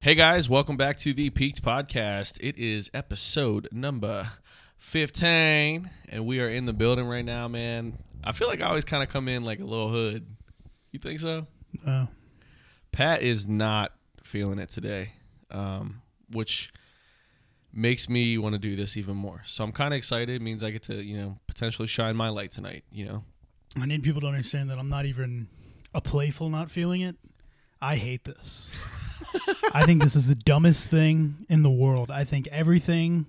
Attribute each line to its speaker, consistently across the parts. Speaker 1: Hey guys, welcome back to the Peaked Podcast. It is episode number 15, and we are in the building right now, man. I feel like I always kind of come in like a little hood. You think so?
Speaker 2: Oh,
Speaker 1: Pat is not feeling it today, um, which makes me want to do this even more. So I'm kind of excited. It means I get to, you know, potentially shine my light tonight, you know?
Speaker 2: I need people to understand that I'm not even a playful not feeling it. I hate this. I think this is the dumbest thing in the world. I think everything.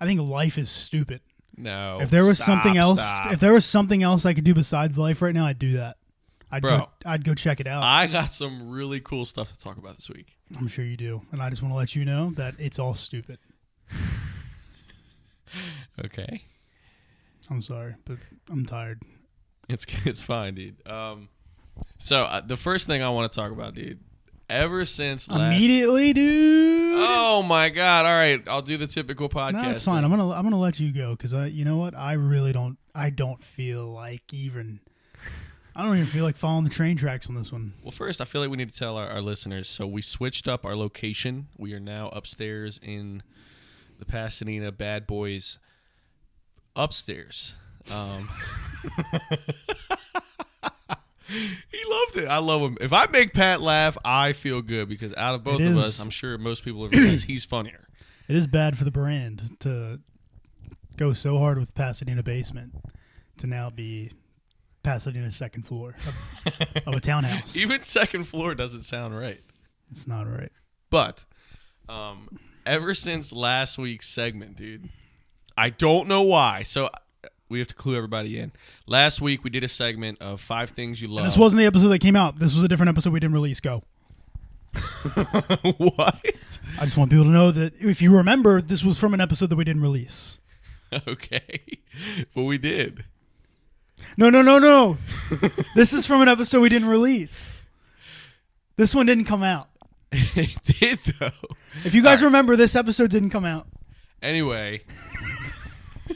Speaker 2: I think life is stupid.
Speaker 1: No.
Speaker 2: if there was
Speaker 1: Oh, stop,
Speaker 2: something else,
Speaker 1: stop.
Speaker 2: if there was something else I could do besides life right now, I'd do that. I'd
Speaker 1: Bro.
Speaker 2: go, I'd go check it out. I,
Speaker 1: I got some really cool stuff to talk about this week.
Speaker 2: am sure you do, and I just want to let you know that it's all stupid.
Speaker 1: Okay.
Speaker 2: I'm sorry, but I'm tired.
Speaker 1: It's it's fine, dude. Um, so uh, the first thing I want to talk about, dude, ever since last.
Speaker 2: Immediately, dude.
Speaker 1: Oh my god! All right, I'll do the typical podcast.
Speaker 2: No, it's fine.
Speaker 1: thing.
Speaker 2: I'm gonna I'm gonna let you go because I you know what I really don't I don't feel like even I don't even feel like following the train tracks on this one.
Speaker 1: Well, first, I feel like we need to tell our, our listeners. So we switched up our location. We are now upstairs in the Pasadena Bad Boys upstairs. Um, he loved it. I love him. If I make Pat laugh, I feel good because out of both
Speaker 2: It
Speaker 1: of
Speaker 2: is-
Speaker 1: us, I'm sure most people have realized he's funnier.
Speaker 2: It is bad for the brand to go so hard with Pasadena basement to now be Pasadena second floor of, of a townhouse.
Speaker 1: Even second floor doesn't sound right.
Speaker 2: it's not right.
Speaker 1: But um, ever since last week's segment, dude, I don't know why. So uh, we have to clue everybody in. Last week we did a segment of five things you love.
Speaker 2: This wasn't the episode that came out. This was a different episode we didn't release. Go.
Speaker 1: what?
Speaker 2: I just want people to know that if you remember, this was from an episode that we didn't release.
Speaker 1: okay, but we did.
Speaker 2: No, no, no, no. this is from an episode we didn't release. This one didn't come out.
Speaker 1: it did though.
Speaker 2: If you guys remember, this episode didn't come out.
Speaker 1: Anyway,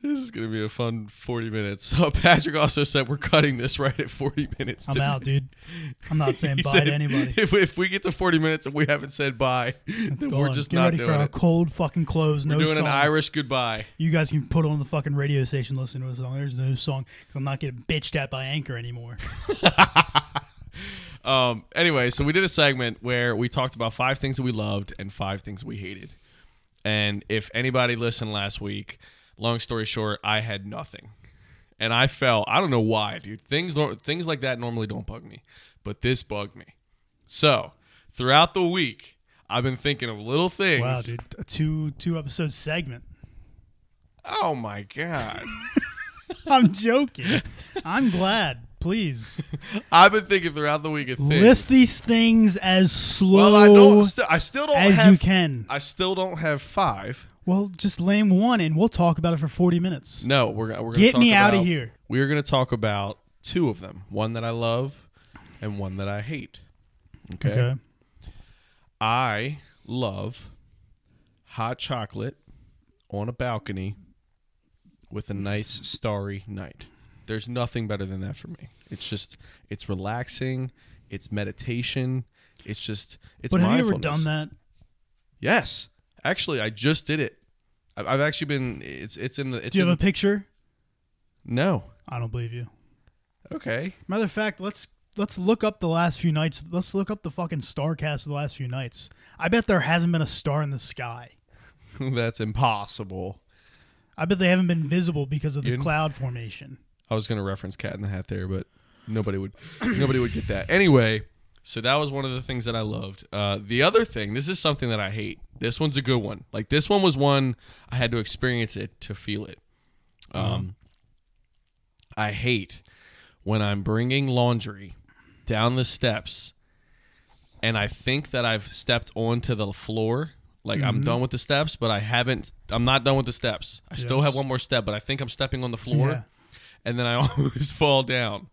Speaker 1: this is gonna be a fun forty minutes. So Patrick also said we're cutting this right at forty minutes.
Speaker 2: I'm
Speaker 1: today.
Speaker 2: out, dude. I'm not saying
Speaker 1: He
Speaker 2: bye
Speaker 1: said,
Speaker 2: to anybody.
Speaker 1: If, if we get to 40 minutes and we haven't said bye, then we're
Speaker 2: Go on.
Speaker 1: just
Speaker 2: Get
Speaker 1: not
Speaker 2: ready
Speaker 1: doing
Speaker 2: for a
Speaker 1: it.
Speaker 2: cold fucking close. No
Speaker 1: We're doing
Speaker 2: song.
Speaker 1: an Irish goodbye.
Speaker 2: You guys can put on the fucking radio station, listen to a song. There's no song because I'm not getting bitched at by Anchor anymore.
Speaker 1: Um, anyway, so we did a segment where we talked about five things that we loved and five things we hated. And if anybody listened last week, long story short, I had nothing. And I fell. I don't know why, dude. Things nor- things like that normally don't bug me, but this bugged me. So, throughout the week, I've been thinking of little things.
Speaker 2: Wow, dude. A two two episode segment.
Speaker 1: Oh my god.
Speaker 2: I'm joking. I'm glad. Please
Speaker 1: I've been thinking throughout the week of things.
Speaker 2: list these things as slow
Speaker 1: Well, I don't. St- I still don't
Speaker 2: as
Speaker 1: have.
Speaker 2: you can.
Speaker 1: I still don't have five.
Speaker 2: Well, just lame one, and we'll talk about it for 40 minutes.
Speaker 1: No, we're, go- we're gonna
Speaker 2: Get
Speaker 1: talk
Speaker 2: me out of
Speaker 1: about-
Speaker 2: here.
Speaker 1: We are going to talk about two of them: one that I love, and one that I hate. Okay. I love hot chocolate on a balcony with a nice starry night. There's nothing better than that for me. It's just it's relaxing. It's meditation. It's just it's.
Speaker 2: But have you ever
Speaker 1: mindfulness.
Speaker 2: done that?
Speaker 1: Yes, actually, I just did it. I've, I've actually been. It's it's in the. It's
Speaker 2: Do you
Speaker 1: in,
Speaker 2: have a picture?
Speaker 1: no.
Speaker 2: I don't believe you.
Speaker 1: Okay.
Speaker 2: Matter of fact, let's let's look up the last few nights. Let's look up the fucking star cast of the last few nights. I bet there hasn't been a star in the sky.
Speaker 1: That's impossible.
Speaker 2: I bet they haven't been visible because of the
Speaker 1: You-
Speaker 2: cloud formation.
Speaker 1: I was gonna reference Cat in the Hat there, but nobody would nobody would get that. Anyway, so that was one of the things that I loved. Uh, the other thing, this is something that I hate. This one's a good one. Like this one was one I had to experience it to feel it. Um, I hate when I'm bringing laundry down the steps, and I think that I've stepped onto the floor. Like I'm done with the steps, but I haven't. I'm not done with the steps. I still
Speaker 2: Yes.
Speaker 1: have one more step, but I think I'm stepping on the floor
Speaker 2: Yeah.
Speaker 1: and then I always fall down.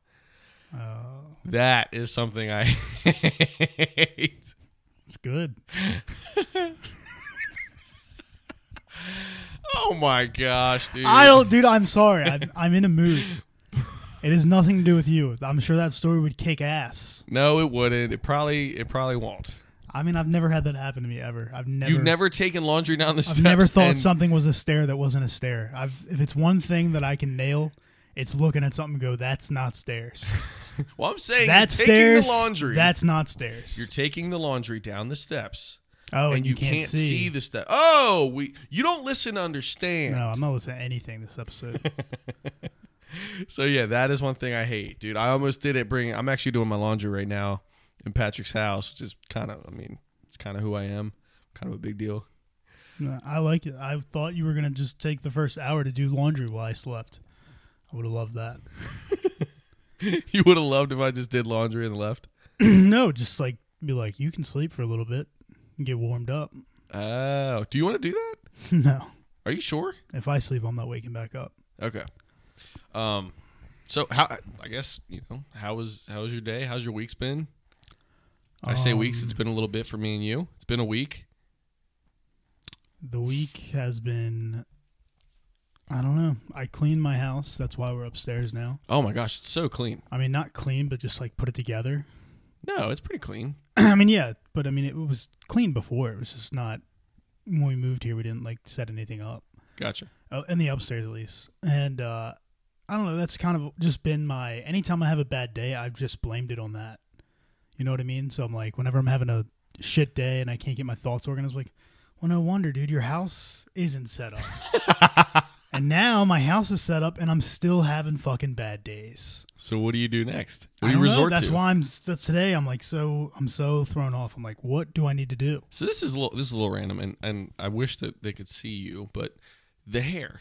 Speaker 2: Oh.
Speaker 1: That is something I hate.
Speaker 2: It's good.
Speaker 1: Oh my gosh, dude! Oh
Speaker 2: I don't, dude. I'm sorry. I'm, I'm in a mood. It has nothing to do with you. I'm sure that story would kick ass.
Speaker 1: No, it wouldn't. It probably it probably won't.
Speaker 2: I mean, I've never had that happen to me ever. I've never.
Speaker 1: You've never taken laundry down the
Speaker 2: I've
Speaker 1: steps.
Speaker 2: never thought
Speaker 1: and-
Speaker 2: something was a stare that wasn't a stare. I've if it's one thing that I can nail, it's looking at something and go, that's not stairs.
Speaker 1: Well, I'm saying
Speaker 2: That's
Speaker 1: you're taking
Speaker 2: stairs.
Speaker 1: the laundry.
Speaker 2: That's not stairs.
Speaker 1: you're taking the laundry down the steps,
Speaker 2: oh,
Speaker 1: and you, can't, see. the step. Oh, we you don't listen to understand.
Speaker 2: No, I'm not listening to anything this episode.
Speaker 1: So yeah, that is one thing I hate, dude. I almost did it. Bring I'm actually doing my laundry right now in Patrick's house, which is kind of I mean it's kind of who I am, kind of a big deal.
Speaker 2: No, I like it. I thought you were gonna just take the first hour to do laundry while I slept. I would have loved that.
Speaker 1: you would have loved if I just did laundry and left.
Speaker 2: no, just like be like, you can sleep for a little bit and get warmed up.
Speaker 1: Oh, do you want to do that?
Speaker 2: no,
Speaker 1: Are you sure?
Speaker 2: if I sleep, I'm not waking back up.
Speaker 1: Okay. Um, so how I guess you know how was how was your day? How's your week's been? I say
Speaker 2: Um,
Speaker 1: weeks. It's been a little bit for me and you. It's been a week.
Speaker 2: The week has been. I don't know. I cleaned my house. That's why we're upstairs now.
Speaker 1: Oh my gosh, it's so clean.
Speaker 2: I mean, not clean, but just like put it together.
Speaker 1: No, it's pretty clean.
Speaker 2: I mean, yeah, but I mean, it was clean before. It was just not. When we moved here, we didn't like set anything up.
Speaker 1: Gotcha.
Speaker 2: Oh, in the upstairs at least. And uh, I don't know. That's kind of just been my. Anytime I have a bad day, I've just blamed it on that. You know what I mean? So I'm like, whenever I'm having a shit day and I can't get my thoughts organized, I'm like, well, no wonder, dude. Your house isn't set up. and now my house is set up, and I'm still having fucking bad days.
Speaker 1: So what do you do next? What do
Speaker 2: I don't
Speaker 1: you
Speaker 2: know,
Speaker 1: resort
Speaker 2: That's
Speaker 1: to?
Speaker 2: why I'm. That's today. I'm like so. I'm so thrown off. I'm like, what do I need to do?
Speaker 1: so this is a little, this is a little random, and and I wish that they could see you, but the hair.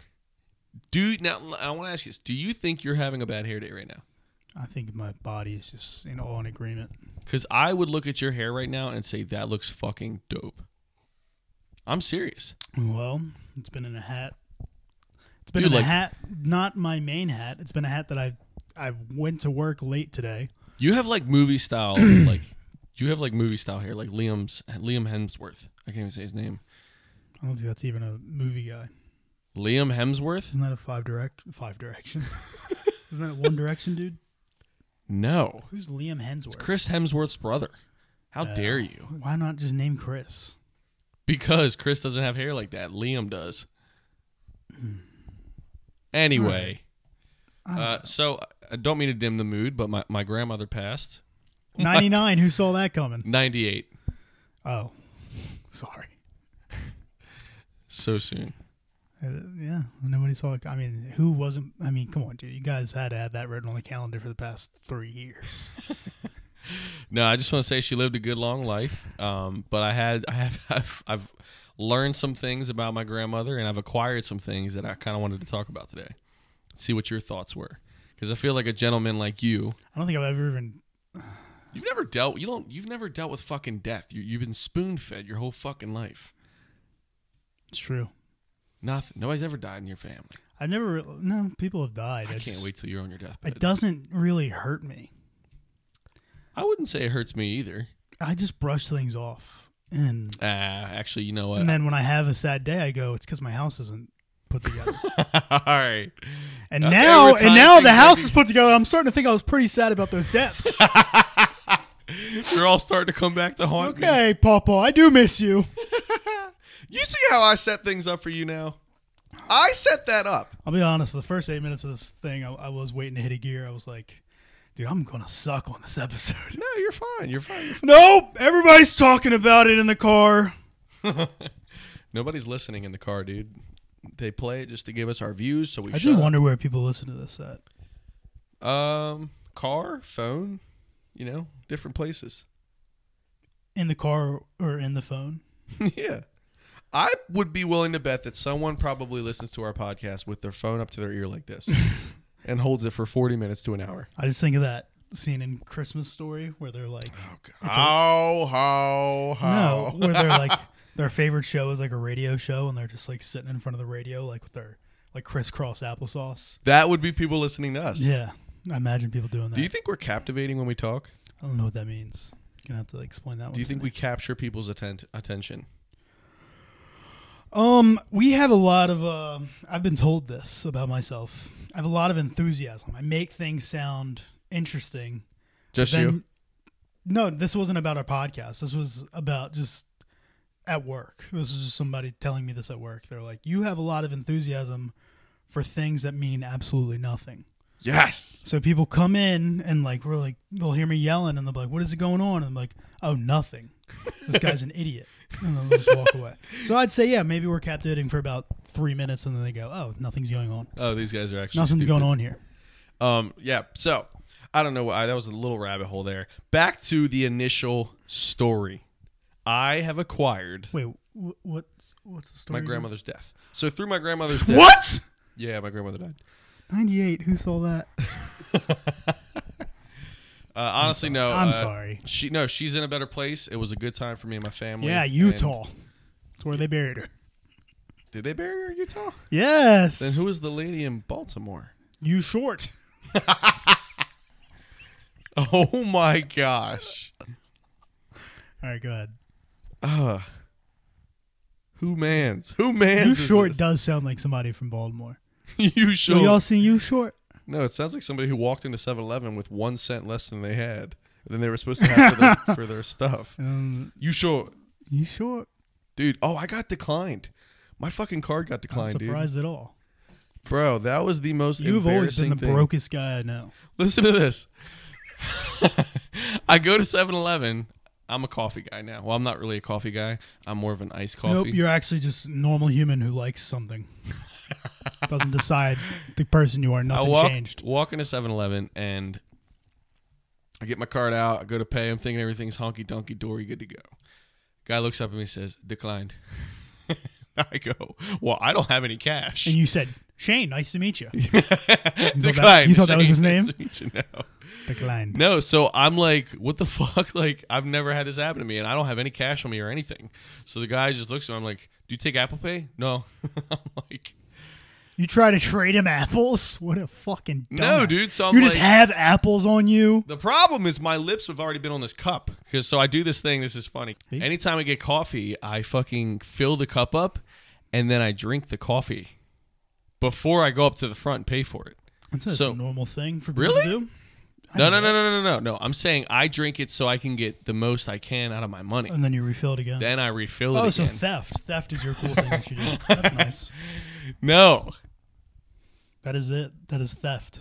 Speaker 1: Do now I want to ask you this: Do you think you're having a bad hair day right now?
Speaker 2: I think my body is just in all in agreement.
Speaker 1: Because I would look at your hair right now and say that looks fucking dope. I'm serious.
Speaker 2: Well, it's been in a hat. It's been
Speaker 1: Dude,
Speaker 2: in
Speaker 1: like-
Speaker 2: a hat, not my main hat. It's been a hat that I I went to work late today.
Speaker 1: You have like movie style, like you have like movie style hair, like Liam's Liam Hemsworth. I can't even say his name.
Speaker 2: I don't think that's even a movie guy.
Speaker 1: Liam Hemsworth?
Speaker 2: Isn't that a Five Direct Five Direction? Isn't that One Direction, dude?
Speaker 1: No,
Speaker 2: Who's Liam Hemsworth?
Speaker 1: Chris Hemsworth's brother. How
Speaker 2: No.
Speaker 1: dare you?
Speaker 2: Why not just name Chris?
Speaker 1: Because Chris doesn't have hair like that. Liam does. Anyway,
Speaker 2: I don't
Speaker 1: uh, so I don't mean to dim the mood, but my, my grandmother passed.
Speaker 2: Ninety nine. Who saw that coming?
Speaker 1: 98.
Speaker 2: Oh, sorry.
Speaker 1: So soon.
Speaker 2: Uh, yeah, nobody saw it. I mean, who wasn't? I mean, come on, dude. You guys had to have that written on the calendar for the past three years.
Speaker 1: No, I just want to say she lived a good long life. Um, but I had I have I've, I've learned some things about my grandmother, and I've acquired some things that I kind of wanted to talk about today. See what your thoughts were, because I feel like a gentleman like you,
Speaker 2: I don't think I've ever even
Speaker 1: you've never dealt you don't you've never dealt with fucking death. You, you've been spoon fed your whole fucking life.
Speaker 2: It's true.
Speaker 1: Nothing. Nobody's ever died in your family.
Speaker 2: I never. re- No, people have died.
Speaker 1: I, can't
Speaker 2: just-
Speaker 1: wait till you're on your
Speaker 2: It
Speaker 1: deathbed.
Speaker 2: doesn't really hurt me.
Speaker 1: I wouldn't say it hurts me either.
Speaker 2: I just brush things off, and
Speaker 1: Ah, actually, you know what?
Speaker 2: and then when I have a sad day, I go, "It's because my house isn't put together."
Speaker 1: All right.
Speaker 2: And
Speaker 1: Uh,
Speaker 2: now,
Speaker 1: every time
Speaker 2: and now
Speaker 1: things
Speaker 2: the
Speaker 1: might
Speaker 2: house
Speaker 1: be-
Speaker 2: is put together. I'm starting to think I was pretty sad about those deaths.
Speaker 1: You're all starting to come back to haunt me.
Speaker 2: okay, Papa, I do miss you.
Speaker 1: You see how I set things up for you now? I set that up.
Speaker 2: I'll be honest. The first eight minutes of this thing, I, I was waiting to hit a gear. I was like, "Dude, I'm gonna suck on this episode."
Speaker 1: No, you're fine. You're fine. You're fine.
Speaker 2: nope, everybody's talking about it in the car.
Speaker 1: Nobody's listening in the car, dude. They play it just to give us our views, so we.
Speaker 2: I
Speaker 1: shut
Speaker 2: do
Speaker 1: up.
Speaker 2: wonder where people listen to this at.
Speaker 1: Um, car, phone, you know, different places.
Speaker 2: In the car or in the phone.
Speaker 1: yeah, I would be willing to bet that someone probably listens to our podcast with their phone up to their ear like this, and holds it for forty minutes to an hour.
Speaker 2: I just think of that scene in Christmas Story where they're like,
Speaker 1: Oh, How how
Speaker 2: no, where they're like, their favorite show is like a radio show, and they're just like sitting in front of the radio, like with their like crisscross applesauce.
Speaker 1: That would be people listening to us.
Speaker 2: Yeah, I imagine people doing that.
Speaker 1: Do you think we're captivating when we talk?
Speaker 2: I don't know what that means. You're gonna have to explain that. one
Speaker 1: Do you
Speaker 2: to
Speaker 1: think
Speaker 2: me.
Speaker 1: we capture people's atten- attention?
Speaker 2: Um, we have a lot of. Uh, I've been told this about myself. I have a lot of enthusiasm. I make things sound interesting.
Speaker 1: Just you.
Speaker 2: No, this wasn't about our podcast. This was about just at work. This was just somebody telling me this at work. They're like, "You have a lot of enthusiasm for things that mean absolutely nothing."
Speaker 1: Yes.
Speaker 2: So people come in and like we're like they'll hear me yelling and they'll be like, "What is it going on?" And I'm like, "Oh, nothing. This guy's an idiot." And then they'll just walk away. So I'd say, yeah, maybe we're captivating for about three minutes, and then they go, "Oh, nothing's going on.
Speaker 1: Oh, these guys are actually
Speaker 2: Nothing's
Speaker 1: stupid.
Speaker 2: going on here."
Speaker 1: Um, yeah. So I don't know why that was a little rabbit hole there. Back to the initial story. I have acquired
Speaker 2: Wait, wh- what's what's the
Speaker 1: my
Speaker 2: story?
Speaker 1: grandmother's death. So through my grandmother's death,
Speaker 2: Mm-hmm. What?
Speaker 1: Yeah, my grandmother died.
Speaker 2: Ninety-eight. Who saw that?
Speaker 1: Oh, Uh, honestly, no.
Speaker 2: I'm
Speaker 1: uh,
Speaker 2: sorry.
Speaker 1: She no, she's in a better place. It was a good time for me and my family.
Speaker 2: Yeah,
Speaker 1: and-
Speaker 2: Utah. That's where they buried her.
Speaker 1: did they bury her in Utah?
Speaker 2: Yes.
Speaker 1: Then who was the lady in Baltimore?
Speaker 2: You short.
Speaker 1: Oh my gosh.
Speaker 2: All right, go ahead.
Speaker 1: Ugh. Who mans? Who
Speaker 2: You
Speaker 1: mans? is
Speaker 2: short
Speaker 1: this?
Speaker 2: does sound like somebody from Baltimore.
Speaker 1: you
Speaker 2: Have
Speaker 1: short.
Speaker 2: y'all seen you short?
Speaker 1: No, it sounds like somebody who walked into 7-Eleven with one cent less than they had than they were supposed to have for their, for their stuff.
Speaker 2: Um,
Speaker 1: You sure,
Speaker 2: you short?
Speaker 1: dude? Oh, I got declined. My fucking card got
Speaker 2: Not
Speaker 1: declined, dude.
Speaker 2: surprised at all.
Speaker 1: Bro, that was the most
Speaker 2: You've always
Speaker 1: embarrassing
Speaker 2: been the
Speaker 1: thing.
Speaker 2: brokest guy I know.
Speaker 1: Listen to this. I go to 7-Eleven. I'm a coffee guy now. Well, I'm not really a coffee guy. I'm more of an iced coffee.
Speaker 2: Nope, you're actually just a normal human who likes something. Doesn't decide the person you are. Nothing
Speaker 1: I walk,
Speaker 2: changed.
Speaker 1: walk into 7 Eleven and I get my card out. I go to pay. I'm thinking everything's honky donkey dory, good to go. Guy looks up at me and says, declined. I go, well, I don't have any cash.
Speaker 2: And you said, Shane, nice to meet you.
Speaker 1: declined.
Speaker 2: you thought that was his
Speaker 1: Shane,
Speaker 2: name?
Speaker 1: nice to meet you. No.
Speaker 2: Declined.
Speaker 1: No, so I'm like, what the fuck? Like, I've never had this happen to me, and I don't have any cash on me or anything. So the guy just looks at me. I'm like, do you take Apple Pay? No. I'm like,
Speaker 2: You try to trade him apples? What a fucking dumbass.
Speaker 1: no, dude. So I'm
Speaker 2: you
Speaker 1: like,
Speaker 2: just have apples on you.
Speaker 1: The problem is my lips have already been on this cup because so I do this thing. This is funny. Anytime I get coffee, I fucking fill the cup up, and then I drink the coffee before I go up to the front and pay for it.
Speaker 2: That's a,
Speaker 1: So-
Speaker 2: that's a normal thing for people
Speaker 1: Really?
Speaker 2: to do.
Speaker 1: No, no, no, no, no, no, no. I'm saying I drink it so I can get the most I can out of my money.
Speaker 2: And then you refill it again.
Speaker 1: Then I refill it
Speaker 2: oh,
Speaker 1: again.
Speaker 2: so theft. Theft is your cool thing that you do. That's nice.
Speaker 1: no,
Speaker 2: That is it. That is theft.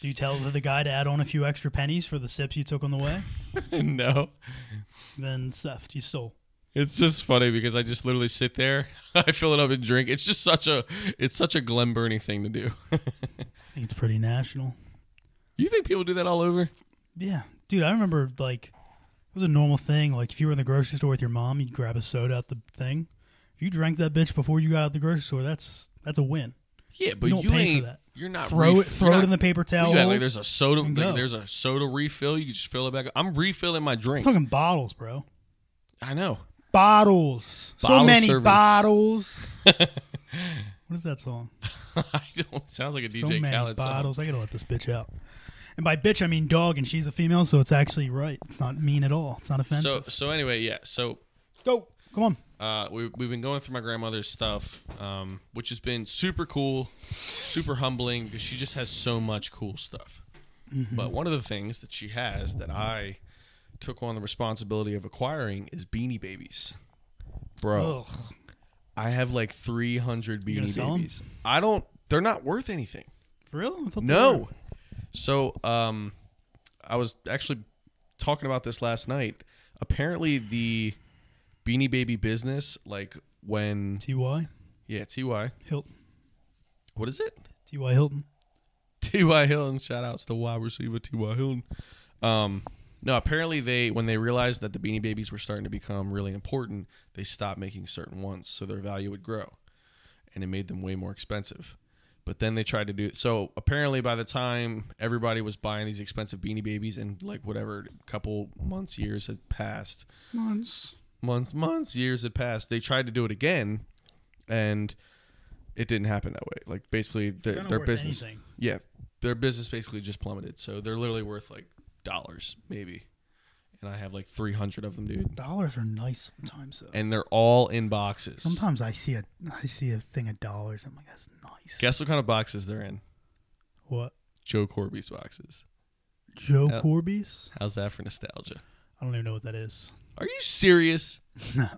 Speaker 2: Do you tell the guy to add on a few extra pennies for the sips you took on the way?
Speaker 1: no.
Speaker 2: Then it's theft. You stole.
Speaker 1: It's just funny because I just literally sit there, I fill it up and drink. It's just such a, it's such a Glen Burnie thing to do.
Speaker 2: I think it's pretty national.
Speaker 1: you think people do that all over?
Speaker 2: Yeah, dude, I remember like it was a normal thing. Like if you were in the grocery store with your mom, you'd grab a soda out the thing. If you drank that bitch before you got out the grocery store, that's that's a win.
Speaker 1: Yeah, but
Speaker 2: don't
Speaker 1: you,
Speaker 2: pay for
Speaker 1: ain't.
Speaker 2: that.
Speaker 1: You're not
Speaker 2: throw it,
Speaker 1: ref-
Speaker 2: throw
Speaker 1: you're
Speaker 2: it
Speaker 1: not-
Speaker 2: in the paper
Speaker 1: Yeah,
Speaker 2: towel.
Speaker 1: like there's a soda,
Speaker 2: and
Speaker 1: like
Speaker 2: go.
Speaker 1: there's a soda refill. You can just fill it back. up. I'm refilling my
Speaker 2: I'm
Speaker 1: drink.
Speaker 2: talking bottles, bro.
Speaker 1: I know.
Speaker 2: Bottles. so
Speaker 1: Bottle
Speaker 2: many
Speaker 1: service.
Speaker 2: bottles. what is that song?
Speaker 1: I don't. Sounds like a
Speaker 2: so
Speaker 1: DJ
Speaker 2: many
Speaker 1: Khaled song.
Speaker 2: bottles. I gotta let this bitch out. And by bitch, I mean dog, and she's a female, so it's actually right. It's not mean at all. It's not
Speaker 1: So
Speaker 2: offensive.
Speaker 1: so anyway, yeah. So
Speaker 2: go, come on.
Speaker 1: uh, we we've been going through my grandmother's stuff, um, which has been super cool, super humbling because she just has so much cool stuff.
Speaker 2: Mm-hmm.
Speaker 1: But one of the things that she has that I took on the responsibility of acquiring is Beanie Babies, bro.
Speaker 2: Ugh.
Speaker 1: I have like 300
Speaker 2: Oh. gonna
Speaker 1: Beanie
Speaker 2: sell 'em?
Speaker 1: Babies. I don't. They're not worth anything.
Speaker 2: For real? I thought they were-
Speaker 1: No. So, um, I was actually talking about this last night. Apparently, the Beanie Baby business, like when
Speaker 2: T.Y.
Speaker 1: yeah, Ty,
Speaker 2: Hilton.
Speaker 1: what is it?
Speaker 2: T.Y. Hilton.
Speaker 1: T.Y. Hilton. Shout outs to wide receiver T.Y. Hilton. Um, no, apparently they when they realized that the Beanie Babies were starting to become really important, they stopped making certain ones, so their value would grow, and it made them way more expensive. But then they tried to do so. Apparently, by the time everybody was buying these expensive Beanie Babies, and like whatever couple months, years had passed,
Speaker 2: Months.
Speaker 1: months, months, years had passed, they tried to do it again, and it didn't happen that way. Like basically, their, their business. Yeah, their business basically just plummeted. So they're literally worth like dollars, maybe. and I have like 300 of them, dude.
Speaker 2: Dollars are nice sometimes though.
Speaker 1: And they're all in boxes.
Speaker 2: Sometimes I see a I see a thing of dollars. I'm like, that's nice.
Speaker 1: Guess what kind of boxes they're in?
Speaker 2: what?
Speaker 1: Joe Corby's boxes.
Speaker 2: Joe
Speaker 1: Uh,
Speaker 2: Corby's?
Speaker 1: How's that for nostalgia?
Speaker 2: I don't even know what that is.
Speaker 1: Are you serious?
Speaker 2: No.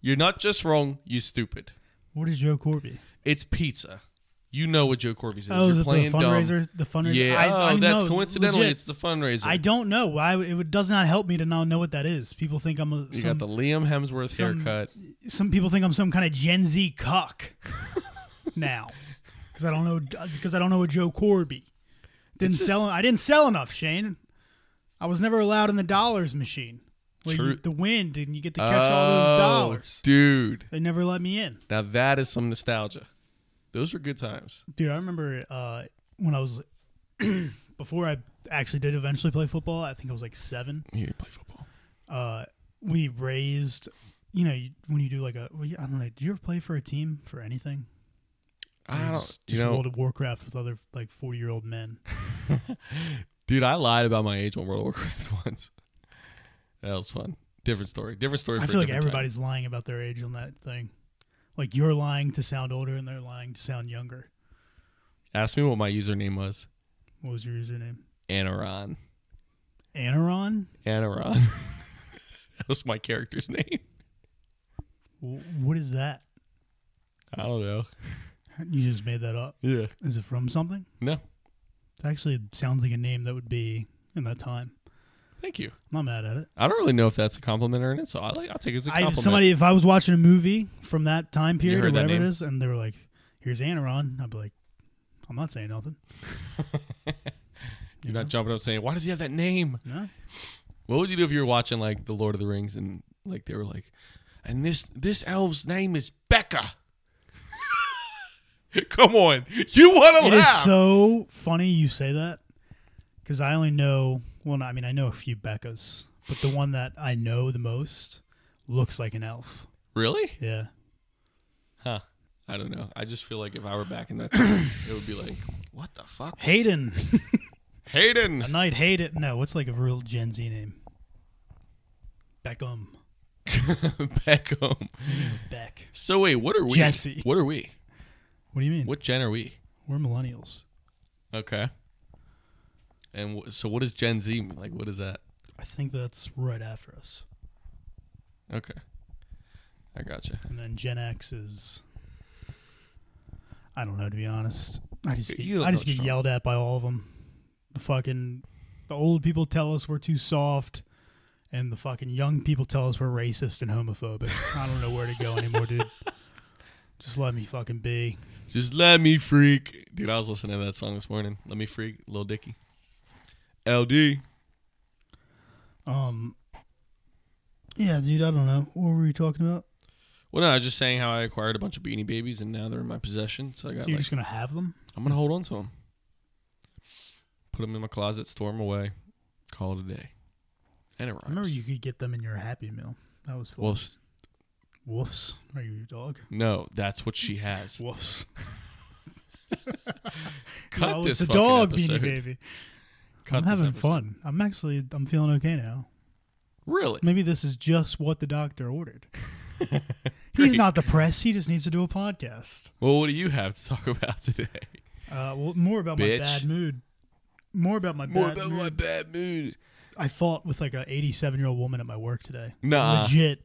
Speaker 1: You're not just wrong, you stupid.
Speaker 2: What is Joe Corby?
Speaker 1: It's pizza. You know what Joe Corby's is.
Speaker 2: Oh, is
Speaker 1: You're
Speaker 2: it the
Speaker 1: playing
Speaker 2: fundraiser?
Speaker 1: dumb.
Speaker 2: The fundraiser.
Speaker 1: Yeah.
Speaker 2: I,
Speaker 1: oh,
Speaker 2: I
Speaker 1: that's
Speaker 2: know,
Speaker 1: coincidentally
Speaker 2: legit,
Speaker 1: it's the fundraiser.
Speaker 2: I don't know. Why it would- does not help me to now know what that is. People think I'm a,
Speaker 1: you
Speaker 2: some,
Speaker 1: got the Liam Hemsworth
Speaker 2: some-
Speaker 1: haircut.
Speaker 2: some people think I'm some kind of Gen Z cuck now because I don't know because I don't know a Joe Corby. Didn't
Speaker 1: It's just-
Speaker 2: sell. I didn't sell enough, Shane. I was never allowed in the dollars machine. Where
Speaker 1: True.
Speaker 2: You, the wind and you get to catch all those
Speaker 1: Oh,
Speaker 2: dollars.
Speaker 1: Dude.
Speaker 2: They never let me in,
Speaker 1: Now that is some nostalgia. Those were good times.
Speaker 2: dude. I remember uh, when I was before I actually did eventually play football. I think I was like seven.
Speaker 1: You play football.
Speaker 2: uh, we raised, you know, you- when you do like a, well, you- I don't know, do you ever play for a team for anything? Or
Speaker 1: I
Speaker 2: you
Speaker 1: don't
Speaker 2: Just,
Speaker 1: you
Speaker 2: just
Speaker 1: know
Speaker 2: World of Warcraft with other like forty year old men.
Speaker 1: Dude, I lied about my age on World of Warcraft once. That was fun. Different story. Different story.
Speaker 2: I
Speaker 1: for a
Speaker 2: feel like
Speaker 1: different time.
Speaker 2: everybody's lying about their age on that thing. Like you're lying to sound older, and they're lying to sound younger.
Speaker 1: Ask me what my username was.
Speaker 2: What was your username?
Speaker 1: Anaron.
Speaker 2: Anaron.
Speaker 1: Anaron. that was my character's name.
Speaker 2: W- What is that?
Speaker 1: I don't know.
Speaker 2: You just made that up.
Speaker 1: Yeah.
Speaker 2: Is it from something?
Speaker 1: No.
Speaker 2: It actually sounds like a name that would be in that time.
Speaker 1: Thank you.
Speaker 2: I'm not mad at it.
Speaker 1: I don't really know if that's a compliment or an insult. I like. I'll take it as a
Speaker 2: I, if
Speaker 1: compliment.
Speaker 2: somebody, if I was watching a movie from that time period or
Speaker 1: heard that
Speaker 2: whatever it
Speaker 1: name?
Speaker 2: is, and they were like, "Here's Anaron," I'd be like, "I'm not saying nothing."
Speaker 1: You're
Speaker 2: Mm-hmm.
Speaker 1: not jumping up saying, "Why does he have that name?"
Speaker 2: No,
Speaker 1: What would you do if you were watching like The Lord of the Rings and like they were like, "And this this elf's name is Becca." Come on, you want to
Speaker 2: it is
Speaker 1: laugh?
Speaker 2: so funny you say that because I only know. Well, no, I mean, I know a few Beccas, but the one that I know the most looks like an elf.
Speaker 1: really?
Speaker 2: Yeah,
Speaker 1: Huh? I don't know. I just feel like if I were back in that time, it would be like, "What the fuck,
Speaker 2: Hayden. a
Speaker 1: Hayden?"
Speaker 2: knight Hayden. No, what's like a real Gen Z name? Beckham.
Speaker 1: Beckham.
Speaker 2: Beck.
Speaker 1: So wait, what are we?
Speaker 2: Jesse.
Speaker 1: What are we?
Speaker 2: What do you mean?
Speaker 1: What gen are we?
Speaker 2: We're millennials.
Speaker 1: Okay. And w- so, what is Gen Z mean? Like, what is that?
Speaker 2: I think that's right after us.
Speaker 1: Okay, I gotcha.
Speaker 2: and then Gen X is. I don't know to be honest. I just get,
Speaker 1: You don't
Speaker 2: I just
Speaker 1: know
Speaker 2: get
Speaker 1: strong.
Speaker 2: yelled at by all of them. The fucking the old people tell us we're too soft, and the fucking young people tell us we're racist and homophobic. I don't know where to go anymore, dude. Just let me fucking be.
Speaker 1: Just let me freak, dude. I was listening to that song this morning. Let me freak, Lil Dicky. LD.
Speaker 2: Um. Yeah, dude. I don't know. What were we talking about?
Speaker 1: Well, no, I was just saying how I acquired a bunch of Beanie Babies and now they're in my possession. So I got
Speaker 2: So you're
Speaker 1: like,
Speaker 2: just gonna have them?
Speaker 1: I'm gonna hold on to them. Put them in my closet, store them away, call it a day. And it rhymes.
Speaker 2: I remember you could get them in your Happy Meal. That was fun.
Speaker 1: Well, s-
Speaker 2: Woofs. Are you a dog?
Speaker 1: no, that's what she has.
Speaker 2: Woofs.
Speaker 1: Cut
Speaker 2: No,
Speaker 1: this
Speaker 2: it's a
Speaker 1: fucking
Speaker 2: dog,
Speaker 1: episode.
Speaker 2: Beanie Baby.
Speaker 1: Cut
Speaker 2: I'm
Speaker 1: this
Speaker 2: having
Speaker 1: episode.
Speaker 2: fun. I'm actually I'm feeling okay now.
Speaker 1: Really?
Speaker 2: Maybe this is just what the doctor ordered. He's not depressed. He just needs to do a podcast.
Speaker 1: Well, what do you have to talk about today?
Speaker 2: Uh, well, more about
Speaker 1: Bitch.
Speaker 2: my bad mood. More about my
Speaker 1: More
Speaker 2: bad
Speaker 1: about
Speaker 2: mood.
Speaker 1: my bad mood.
Speaker 2: I fought with like a 87 year old woman at my work today.
Speaker 1: Nah.
Speaker 2: legit,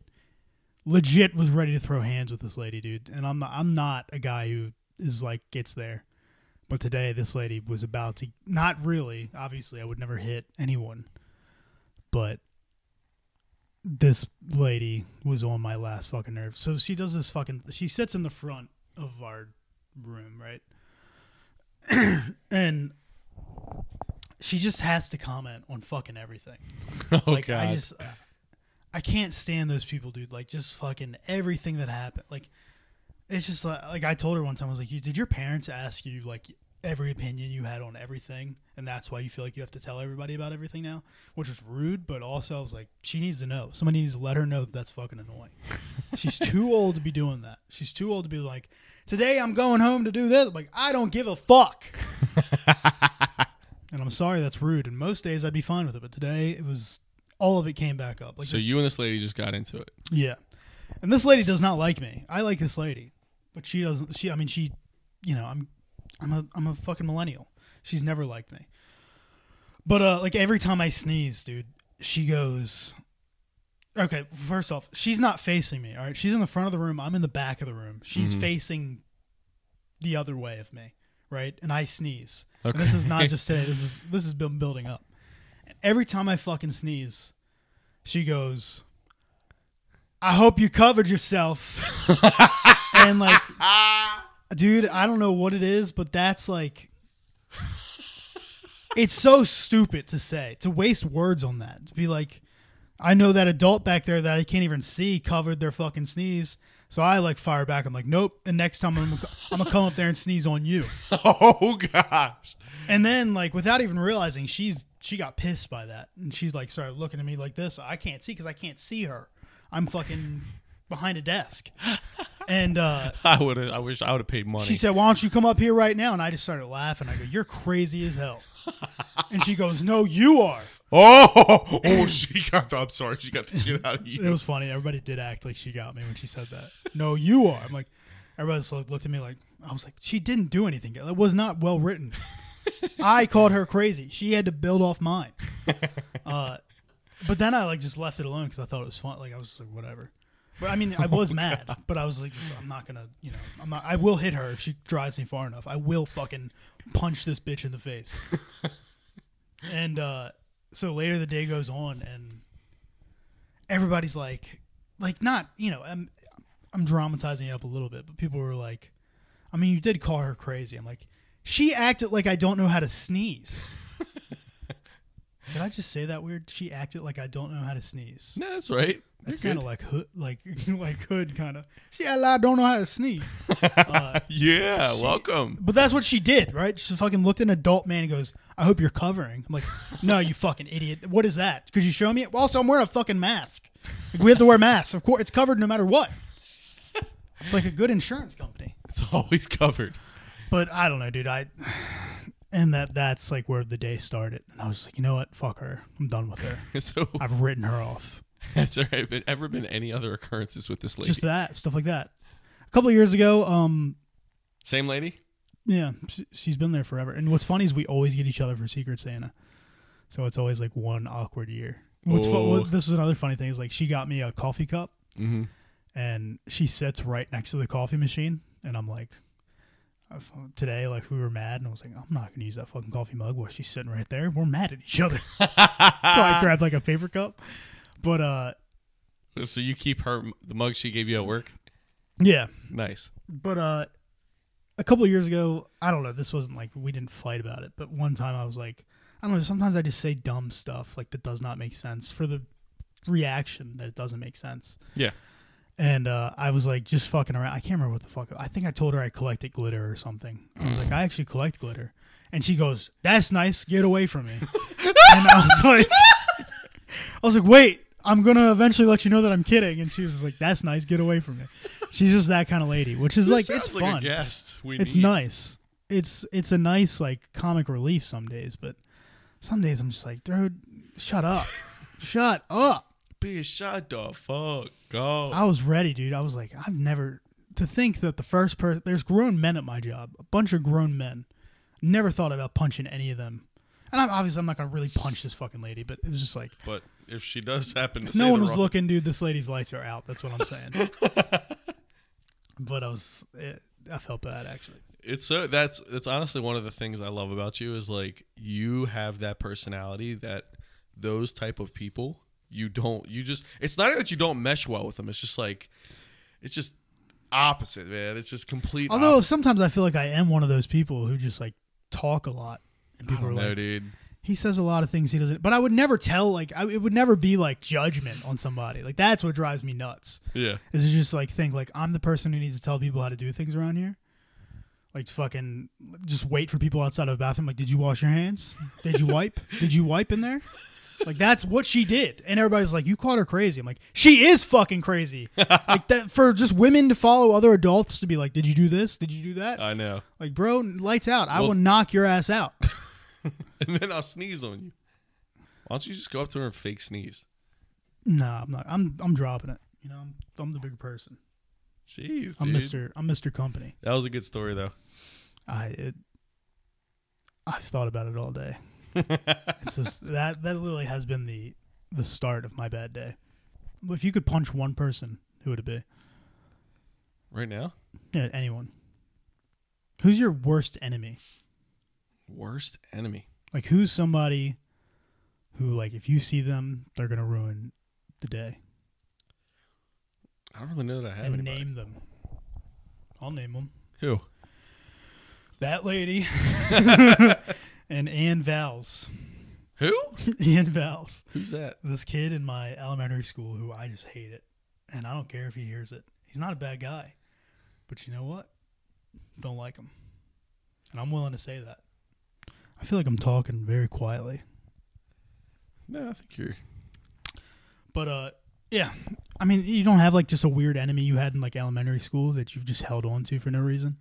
Speaker 2: legit was ready to throw hands with this lady, dude. And I'm not, I'm not a guy who is like gets there, but today this lady was about to. Not really. Obviously, I would never hit anyone, but this lady was on my last fucking nerve. So she does this fucking. She sits in the front of our room, right? and she just has to comment on fucking everything.
Speaker 1: Oh
Speaker 2: Like
Speaker 1: god.
Speaker 2: I just I can't stand those people, dude. Like just fucking everything that happened. Like it's just like, like I told her one time I was like, "You did your parents ask you like every opinion you had on everything and that's why you feel like you have to tell everybody about everything now?" Which was rude, but also I was like, "She needs to know. Somebody needs to let her know that that's fucking annoying." She's too old to be doing that. She's too old to be like, "Today I'm going home to do this." I'm like, "I don't give a fuck." and I'm sorry that's rude. And most days I'd be fine with it, but today it was all of it came back up. Like
Speaker 1: So
Speaker 2: this-
Speaker 1: you and this lady just got into it.
Speaker 2: yeah. And this lady does not like me. I like this lady, but she doesn't. She, I mean, she, you know, I'm, I'm a, I'm a fucking millennial. She's never liked me. But uh, like every time I sneeze, dude, she goes. Okay, first off, she's not facing me. All right, she's in the front of the room. I'm in the back of the room. She's facing the other way of me, right? And I sneeze. And this is not just today. This is this has been building up. And every time I fucking sneeze, she goes, I hope you covered yourself. and like, dude, I don't know what it is, but that's like, it's so stupid to say, to waste words on that. To be like, I know that adult back there that I can't even see covered their fucking sneeze. So I like fire back. I'm like, nope. And next time I'm, gonna- I'm gonna come up there and sneeze on you.
Speaker 1: oh gosh.
Speaker 2: And then like without even realizing, she's she got pissed by that, and she's like started looking at me like this. I can't see because I can't see her. I'm fucking behind a desk. And uh,
Speaker 1: I would. I wish I would have paid money.
Speaker 2: she said, "Why don't you come up here right now?" And I just started laughing. I go, "You're crazy as hell." And she goes, "No, you are."
Speaker 3: Oh, oh, she got. The, I'm sorry, she got the shit out of
Speaker 2: It
Speaker 3: you.
Speaker 2: was funny. Everybody did act like she got me when she said that. No, you are. I'm like, everybody just looked, looked at me like I was like, she didn't do anything. It was not well written. I called her crazy. She had to build off mine. Uh, but then I like just left it alone because I thought it was fun. Like I was just like whatever. But I mean, I was mad, but I was like, just, I'm not gonna, you know, I'm not, I will hit her if she drives me far enough. I will fucking punch this bitch in the face. and uh, so later the day goes on, and everybody's like, like not, you know, I'm, I'm dramatizing it up a little bit, but people were like, I mean, you did call her crazy. I'm like, she acted like I don't know how to sneeze. Did I just say that weird? She acted like I don't know how to sneeze.
Speaker 1: "No, that's right. You're
Speaker 2: That sounded
Speaker 1: good.
Speaker 2: like hood, like like hood kind of. She act like I don't know how to sneeze.
Speaker 1: yeah, welcome."
Speaker 2: But that's what she did, right? She fucking looked at an adult man and goes, I hope you're covering. I'm like, no, you fucking idiot. What is that? Could you show me it? Well, also, I'm wearing a fucking mask. Like, we have to wear masks. Of course, it's covered no matter what. It's like a good insurance company.
Speaker 1: It's always covered.
Speaker 2: But I don't know, dude. I and that that's like where the day started. And I was like, you know what? Fuck her. I'm done with her.
Speaker 1: So
Speaker 2: I've written her off.
Speaker 1: has there been, ever been any other occurrences with this lady?
Speaker 2: Just that stuff like that. A couple of years ago, um,
Speaker 1: Same lady.
Speaker 2: Yeah, she- she's been there forever. And what's funny is we always get each other for Secret Santa, so it's always like one awkward year. What's fun,
Speaker 1: Whoa.
Speaker 2: what, this is another funny thing is like she got me a coffee cup, and she sits right next to the coffee machine, and I'm like, I've- today like we were mad, and I was like, I'm not gonna use that fucking coffee mug while she's sitting right there. We're mad at each other, so I grabbed like a paper cup, but uh,
Speaker 1: So you keep her the mug she gave you at work.
Speaker 2: yeah,
Speaker 1: Nice.
Speaker 2: but uh a couple of years ago i don't know this wasn't like we didn't fight about it but one time i was like i don't know sometimes i just say dumb stuff like that does not make sense for the reaction that it doesn't make sense
Speaker 1: Yeah.
Speaker 2: and uh, I was like just fucking around. I can't remember what the fuck. I think I told her I collected glitter or something. I was like, I actually collect glitter, and she goes, "That's nice. Get away from me." and I was like, I was like, wait, I'm gonna eventually let you know that I'm kidding. And she was just like, "That's nice. Get away from me." She's just that kind of lady, which is like
Speaker 1: Sounds
Speaker 2: it's
Speaker 1: like
Speaker 2: fun.
Speaker 1: A guest. We
Speaker 2: it's
Speaker 1: need.
Speaker 2: nice. It's it's a nice like comic relief some days, but some days I'm just like, dude, shut up, shut up.
Speaker 1: Bitch, shut the fuck up.
Speaker 2: I was ready, dude. I was like, I've never to think that the first person there's grown men at my job, a bunch of grown men. Never thought about punching any of them. And I'm obviously I'm not gonna really punch this fucking lady, but it was just like
Speaker 3: But if she does happen to,
Speaker 2: no one was looking, dude. This lady's lights are out. That's what I'm saying. but I was, it, I felt bad actually.
Speaker 1: It's so that's that's honestly one of the things I love about you is like you have that personality that those type of people you don't you just it's not that you don't mesh well with them it's just like it's just opposite man it's just complete
Speaker 2: Although sometimes I feel like I am one of those people who just like talk a lot, and people are
Speaker 1: opposite. no
Speaker 2: like,
Speaker 1: dude
Speaker 2: he says a lot of things he doesn't. But I would never tell like I, it would never be like judgment on somebody. Like that's what drives me nuts.
Speaker 1: yeah
Speaker 2: is to just like think like I'm the person who needs to tell people how to do things around here. Like fucking just wait for people outside of the bathroom. Like, did you wash your hands? Did you wipe? did you wipe in there? Like that's what she did. And everybody's like, You called her crazy. I'm like, she is fucking crazy. like that for just women to follow other adults to be like, Did you do this? Did you do that?
Speaker 1: I know
Speaker 2: like, bro, lights out. I
Speaker 1: Uh, Well-
Speaker 2: will knock your ass out.
Speaker 1: and then I'll sneeze on you why don't you just go up to her and fake sneeze
Speaker 2: Nah, I'm not. I'm I'm dropping it. You know, I'm, I'm the bigger person.
Speaker 1: Jeez,
Speaker 2: I'm
Speaker 1: dude.
Speaker 2: Mister. I'm Mister Company.
Speaker 1: That was a good story though.
Speaker 2: I it, I've thought about it all day. it's just that that literally has been the the start of my bad day. If you could punch one person, who would it be?
Speaker 1: Right now,
Speaker 2: Yeah, anyone. Who's your worst enemy?
Speaker 1: worst enemy.
Speaker 2: Like who's somebody who like if you see them, they're gonna ruin the day.
Speaker 1: I don't really know that I have
Speaker 2: and
Speaker 1: anybody.
Speaker 2: name them. I'll name them.
Speaker 1: Who?
Speaker 2: That lady and Ann Vals.
Speaker 1: Who?
Speaker 2: Ann Vals.
Speaker 1: Who's that?
Speaker 2: This kid in my elementary school who I just hate it. And I don't care if he hears it. He's not a bad guy. But you know what? Don't like him. And I'm willing to say that. I feel like I'm talking very quietly.
Speaker 1: No, I think you're.
Speaker 2: But uh, yeah, I mean, you don't have like just a weird enemy you had in like elementary school that you've just held on to for no reason.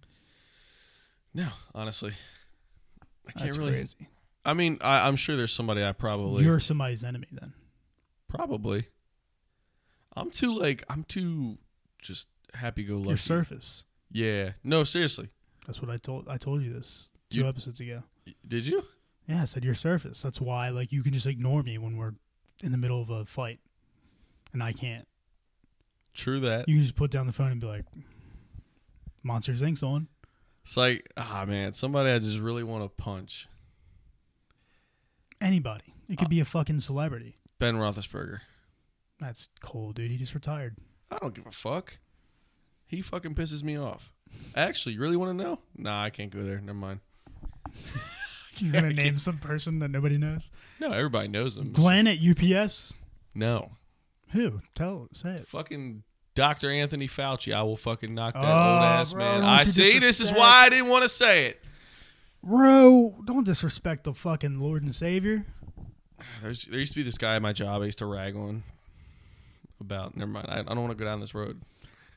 Speaker 1: No, honestly, I can't
Speaker 2: That's
Speaker 1: really.
Speaker 2: crazy.
Speaker 1: I mean, I, I'm sure there's somebody I probably
Speaker 2: You're somebody's enemy then.
Speaker 1: probably. I'm too like I'm too just happy go lucky.
Speaker 2: Your surface.
Speaker 1: Yeah. No, seriously.
Speaker 2: That's what I told I told you this two
Speaker 1: You-
Speaker 2: episodes ago.
Speaker 1: Y- Did you?
Speaker 2: Yeah, I said your surface. That's why like you can just ignore me when we're in the middle of a fight, and I can't.
Speaker 1: True that.
Speaker 2: You can just put down the phone and be like, "Monsters Inc.'s on."
Speaker 1: It's like ah man, somebody I just really want to punch.
Speaker 2: Anybody. It could be a fucking celebrity.
Speaker 1: Ben Roethlisberger.
Speaker 2: That's cold, dude. He just retired.
Speaker 1: I don't give a fuck. He fucking pisses me off. Actually, you really want to know? Nah, I can't go there. Never mind.
Speaker 2: You're gonna name some person that nobody knows.
Speaker 1: No, everybody knows him. It's
Speaker 2: Glenn
Speaker 1: just-
Speaker 2: at UPS.
Speaker 1: no.
Speaker 2: Who? Tell say it.
Speaker 1: Fucking Dr. Anthony Fauci. I will fucking knock that
Speaker 2: Oh,
Speaker 1: old ass
Speaker 2: bro,
Speaker 1: man.
Speaker 2: don't
Speaker 1: I
Speaker 2: you
Speaker 1: see. This is
Speaker 2: disrespect.
Speaker 1: why I didn't want to say it.
Speaker 2: Bro, don't disrespect the fucking Lord and Savior.
Speaker 1: There's, there used to be this guy at my job I used to rag on about. Never mind. I, I don't want to go down this road.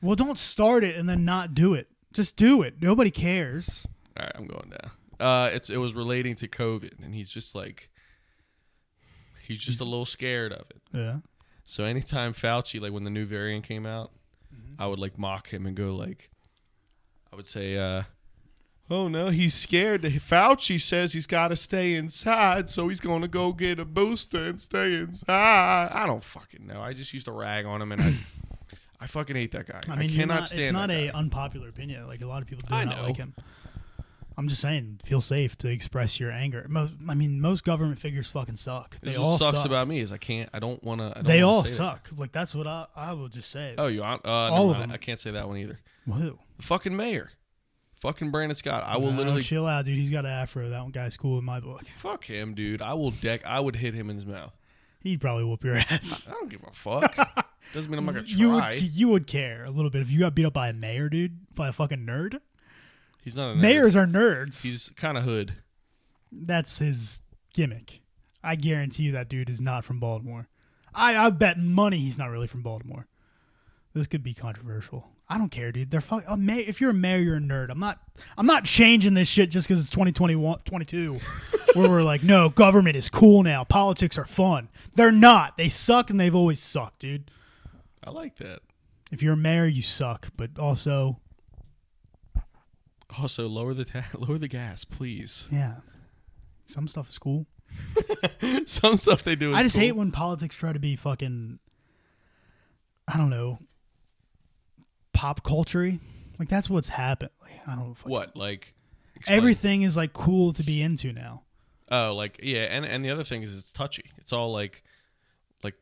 Speaker 2: Well, don't start it and then not do it. Just do it. Nobody cares.
Speaker 1: All right, I'm going down. Uh, it's it was relating to COVID, and he's just like, he's just a little scared of it.
Speaker 2: Yeah.
Speaker 1: So anytime Fauci, like when the new variant came out,
Speaker 2: Mm-hmm.
Speaker 1: I would like mock him and go like, I would say, uh, "Oh no, he's scared. Fauci says he's got to stay inside, so he's going to go get a booster and stay inside." I don't fucking know. I just used to rag on him, and I, I fucking hate that guy.
Speaker 2: I
Speaker 1: I,
Speaker 2: mean, you're
Speaker 1: cannot
Speaker 2: not,
Speaker 1: stand.
Speaker 2: it's not
Speaker 1: that
Speaker 2: a
Speaker 1: guy.
Speaker 2: unpopular opinion. Like a lot of people do
Speaker 1: I
Speaker 2: not
Speaker 1: know.
Speaker 2: like him. I'm just saying, feel safe to express your anger. Most, I mean, most government figures fucking suck. They
Speaker 1: This
Speaker 2: all
Speaker 1: what sucks
Speaker 2: suck.
Speaker 1: about me is I can't. I don't want to.
Speaker 2: they all suck. Like that's what I, I will just say.
Speaker 1: Oh, you? Uh,
Speaker 2: All
Speaker 1: all
Speaker 2: of
Speaker 1: of
Speaker 2: them.
Speaker 1: I can't say that one either.
Speaker 2: Who?
Speaker 1: The fucking mayor, fucking Brandon Scott. I will
Speaker 2: No,
Speaker 1: literally
Speaker 2: chill out, dude. He's got an afro. That one guy's cool in my book.
Speaker 1: Fuck him, dude. I will deck. I would hit him in his mouth.
Speaker 2: He'd probably whoop your ass.
Speaker 1: I don't give a fuck. Doesn't mean I'm not gonna
Speaker 2: you
Speaker 1: try.
Speaker 2: would you would care a little bit if you got beat up by a mayor, dude, by a fucking nerd.
Speaker 1: He's not a nerd.
Speaker 2: Mayors are nerds.
Speaker 1: He's kind of hood.
Speaker 2: That's his gimmick. I guarantee you that dude is not from Baltimore. I I bet money he's not really from Baltimore. This could be controversial. I don't care, dude. They're fuck. A mayor, if you're a mayor, you're a nerd. I'm not. I'm not changing this shit just because it's 2021, 22, where we're like, no, government is cool now. Politics are fun. They're not. They suck, and they've always sucked, dude.
Speaker 1: I like that.
Speaker 2: If you're a mayor, you suck. But also,
Speaker 1: Also, lower the ta- lower the gas, please.
Speaker 2: Yeah. Some stuff is cool.
Speaker 1: Some stuff they do. Is
Speaker 2: I just
Speaker 1: cool.
Speaker 2: hate when politics try to be fucking I don't know pop culture. Like that's what's happened. Like I don't fucking,
Speaker 1: what like explain.
Speaker 2: everything is like cool to be into now.
Speaker 1: Oh, like yeah, and and the other thing is it's touchy. It's all like, like,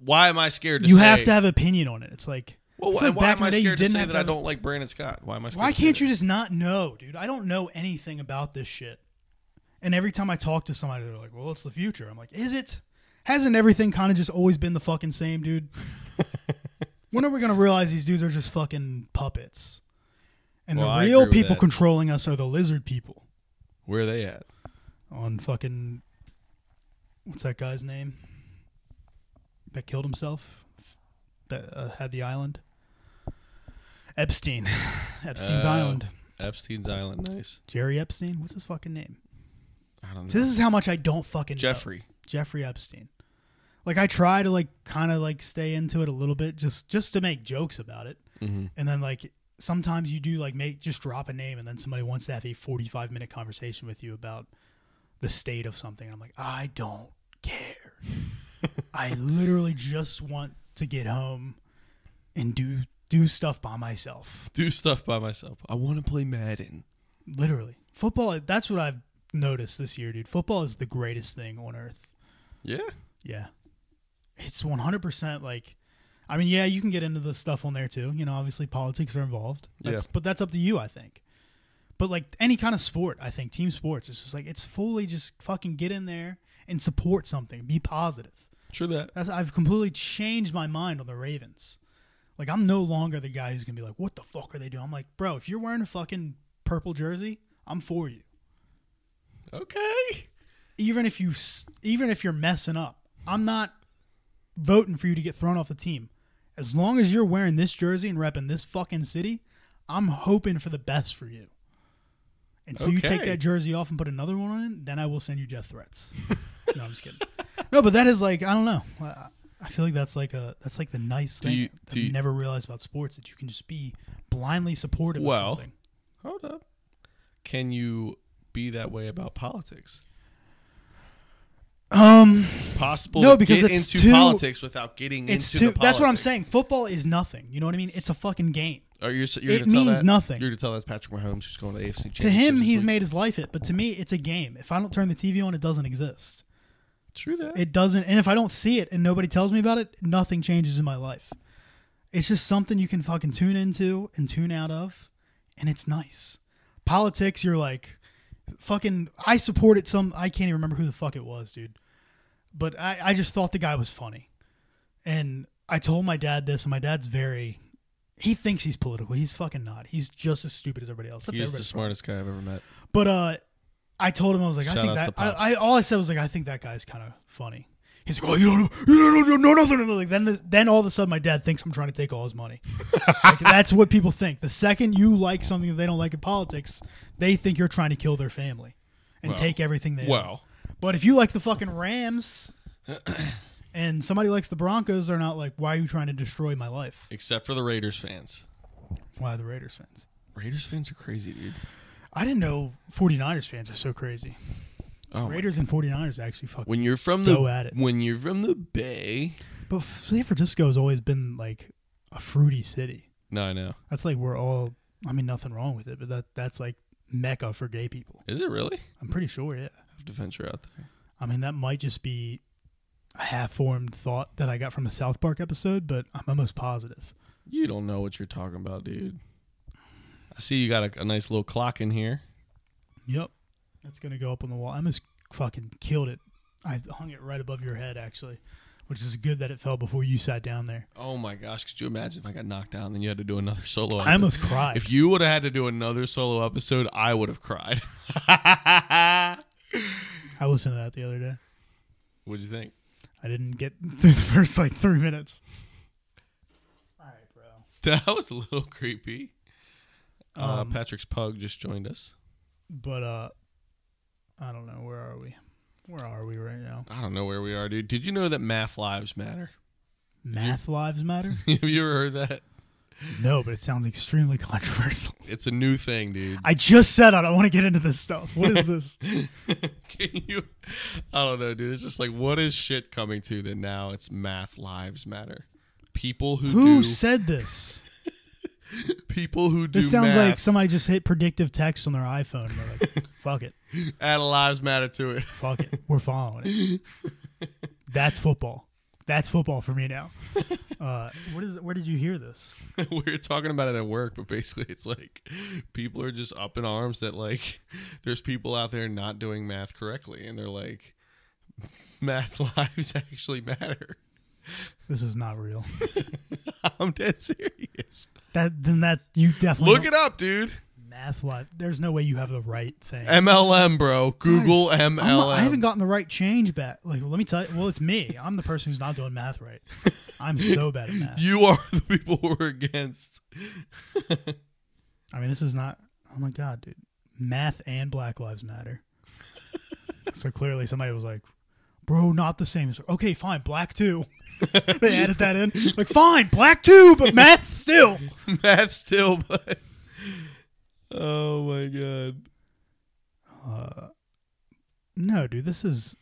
Speaker 1: why am I scared to?
Speaker 2: you
Speaker 1: say,
Speaker 2: have to have opinion on it. It's like
Speaker 1: Well,
Speaker 2: I
Speaker 1: why,
Speaker 2: feel like
Speaker 1: why
Speaker 2: back
Speaker 1: am
Speaker 2: in
Speaker 1: I
Speaker 2: the day, you
Speaker 1: scared to
Speaker 2: didn't
Speaker 1: say
Speaker 2: have
Speaker 1: that
Speaker 2: to
Speaker 1: I
Speaker 2: have-
Speaker 1: don't like Brandon Scott? Why am I? Scared
Speaker 2: Why
Speaker 1: to say
Speaker 2: can't
Speaker 1: that?
Speaker 2: you just not know, dude? I don't know anything about this shit. And every time I talk to somebody, they're like, "Well, it's the future." I'm like, "Is it? Hasn't everything kind of just always been the fucking same, dude?" when are we gonna realize these dudes are just fucking puppets? And
Speaker 1: Well, I
Speaker 2: the real
Speaker 1: agree with
Speaker 2: people
Speaker 1: that.
Speaker 2: controlling us are the lizard people
Speaker 1: Where are they at?
Speaker 2: on fucking what's that guy's name that killed himself that uh, had the island Epstein Epstein's
Speaker 1: Oh.
Speaker 2: island
Speaker 1: Epstein's Island. Nice.
Speaker 2: Jerry Epstein. What's his fucking name?
Speaker 1: I don't know.
Speaker 2: This is how much I don't fucking know.
Speaker 1: Jeffrey.
Speaker 2: Jeffrey Epstein. like I try to like kind of like stay into it a little bit just just to make jokes about it. And then like sometimes you do like make just drop a name and then somebody wants to have a 45 minute conversation with you about the state of something. I'm like, "I don't care. I literally just want to get home and do do stuff by myself."
Speaker 1: Do stuff by myself. I want to play Madden.
Speaker 2: Literally. Football that's what I've noticed this year, dude. Football is the greatest thing on earth.
Speaker 1: Yeah.
Speaker 2: Yeah. It's 100% like I mean, yeah, you can get into the stuff on there too. You know, obviously politics are involved. That's,
Speaker 1: Yeah.
Speaker 2: But that's up to you, I think. But like any kind of sport, I think team sports, it's just like it's fully just fucking get in there and support something. Be positive.
Speaker 1: True that.
Speaker 2: That's I've completely changed my mind on the Ravens. Like I'm no longer the guy who's gonna be like, what the fuck are they doing? I'm like, bro, if you're wearing a fucking purple jersey, I'm for you.
Speaker 1: Okay.
Speaker 2: even if you s- even if you're messing up i'm not voting for you to get thrown off the team as long as you're wearing this jersey and repping this fucking city i'm hoping for the best for you until you take
Speaker 1: Okay.
Speaker 2: that jersey off and put another one on it then i will send you death threats no i'm just kidding no but that is like i don't know I- i feel like that's like a that's like the nice
Speaker 1: Do
Speaker 2: thing
Speaker 1: you-
Speaker 2: that
Speaker 1: do
Speaker 2: you
Speaker 1: you-
Speaker 2: never realize about sports that you can just be blindly supportive
Speaker 1: Well,
Speaker 2: of something
Speaker 1: Hold up. Can you be that way about politics?
Speaker 2: um
Speaker 1: It's possible
Speaker 2: No,
Speaker 1: to
Speaker 2: because
Speaker 1: get
Speaker 2: it's
Speaker 1: into
Speaker 2: too-
Speaker 1: politics without getting
Speaker 2: it's
Speaker 1: into
Speaker 2: too,
Speaker 1: the politics.
Speaker 2: that's what i'm saying football is nothing you know what i mean it's a fucking game
Speaker 1: Are you, s- you're
Speaker 2: It
Speaker 1: gonna tell
Speaker 2: means
Speaker 1: that-
Speaker 2: nothing.
Speaker 1: You're going to tell that's Patrick Mahomes who's going to the AFC Championship.
Speaker 2: to him
Speaker 1: this
Speaker 2: he's
Speaker 1: week.
Speaker 2: made his life it but to me it's a game if i don't turn the tv on it doesn't exist
Speaker 1: True that.
Speaker 2: it doesn't and if i don't see it and nobody tells me about it nothing changes in my life it's just something you can fucking tune into and tune out of and it's nice politics you're like fucking i supported some i can't even remember who the fuck it was dude but i, I just thought the guy was funny and i told my dad this and my dad's very he thinks he's political he's fucking not he's just as stupid as everybody else that's
Speaker 1: he's the
Speaker 2: everybody's problem.
Speaker 1: smartest guy I've ever met.
Speaker 2: But uh, I told him I was like,
Speaker 1: Shout
Speaker 2: I think
Speaker 1: outs
Speaker 2: that
Speaker 1: to Pops.
Speaker 2: I, I all I said was like, I think that guy's kind of funny. He's like, oh, you don't know, you don't know nothing. And like then, the, then all of a sudden, my dad thinks I'm trying to take all his money. like, that's what people think. The second you like something that they don't like in politics, they think you're trying to kill their family and
Speaker 1: Well,
Speaker 2: take everything they. own.
Speaker 1: Well,
Speaker 2: But if you like the fucking Rams. And somebody likes the Broncos, they're not like, why are you trying to destroy my life?
Speaker 1: except for the Raiders fans.
Speaker 2: Why are the Raiders fans?
Speaker 1: Raiders fans are crazy, dude.
Speaker 2: I didn't know 49ers fans are so crazy.
Speaker 1: Oh, my-
Speaker 2: Raiders and 49ers actually fucking
Speaker 1: when you're from the
Speaker 2: Go at it.
Speaker 1: when you're from the Bay.
Speaker 2: But F- San Francisco has always been like a fruity city.
Speaker 1: No, I know.
Speaker 2: That's like we're all. I mean, nothing wrong with it, but that that's like mecca for gay people.
Speaker 1: Is it really?
Speaker 2: I'm pretty sure. Yeah.
Speaker 1: I have to venture out there.
Speaker 2: I mean, that might just be a half-formed thought that I got from a South Park episode, but I'm almost positive.
Speaker 1: You don't know what you're talking about, dude. I see you got a, a nice little clock in here.
Speaker 2: Yep. That's gonna go up on the wall. I almost fucking killed it. I hung it right above your head, actually, which is good that it fell before you sat down there.
Speaker 1: Oh my gosh, could you imagine if I got knocked down and then you had to do another solo
Speaker 2: I
Speaker 1: episode?
Speaker 2: almost cried.
Speaker 1: If you would have had to do another solo episode, I would have cried.
Speaker 2: I listened to that the other day.
Speaker 1: What'd you think?
Speaker 2: I didn't get through the first like three minutes. All right, bro.
Speaker 1: That was a little creepy. uh,
Speaker 2: Um,
Speaker 1: Patrick's pug just joined us.
Speaker 2: But uh, I don't know. Where are we? Where are we right now?
Speaker 1: I don't know where we are, dude. Did you know that math lives matter?
Speaker 2: Math lives matter?
Speaker 1: have you ever heard that?
Speaker 2: no, but it sounds extremely controversial.
Speaker 1: It's a new thing, dude.
Speaker 2: I just said I don't want to get into this stuff. What is this?
Speaker 1: Can you? I don't know, dude. It's just like, what is shit coming to that now it's math lives matter? People who,
Speaker 2: Who
Speaker 1: do
Speaker 2: said this?
Speaker 1: people who do
Speaker 2: This sounds
Speaker 1: math
Speaker 2: like somebody just hit predictive text on their iPhone. And they're like, fuck it,
Speaker 1: add a lives matter to it.
Speaker 2: fuck it. We're following it. That's football. That's football for me now. Uh, what is? Where did you hear this?
Speaker 1: we were talking about it at work, but basically it's like people are just up in arms that like there's people out there not doing math correctly and they're like math lives actually matter.
Speaker 2: This is not real.
Speaker 1: I'm dead serious.
Speaker 2: That then that you definitely
Speaker 1: Look it up, dude.
Speaker 2: math live. There's no way you have the right thing.
Speaker 1: MLM, bro. Google
Speaker 2: Guys,
Speaker 1: MLM.
Speaker 2: I'm not- I haven't gotten the right change back. Like, let me tell you. Well, it's me. I'm the person who's not doing math right. I'm so bad at math.
Speaker 1: you are the people we're against.
Speaker 2: I mean, this is not. Oh my god, dude. Math and Black Lives Matter. so clearly, somebody was like, bro, not the same. So, okay, fine, black two. they added that in. Like, fine, black two, but math still.
Speaker 1: Math still, but oh my god,
Speaker 2: No, dude, this is.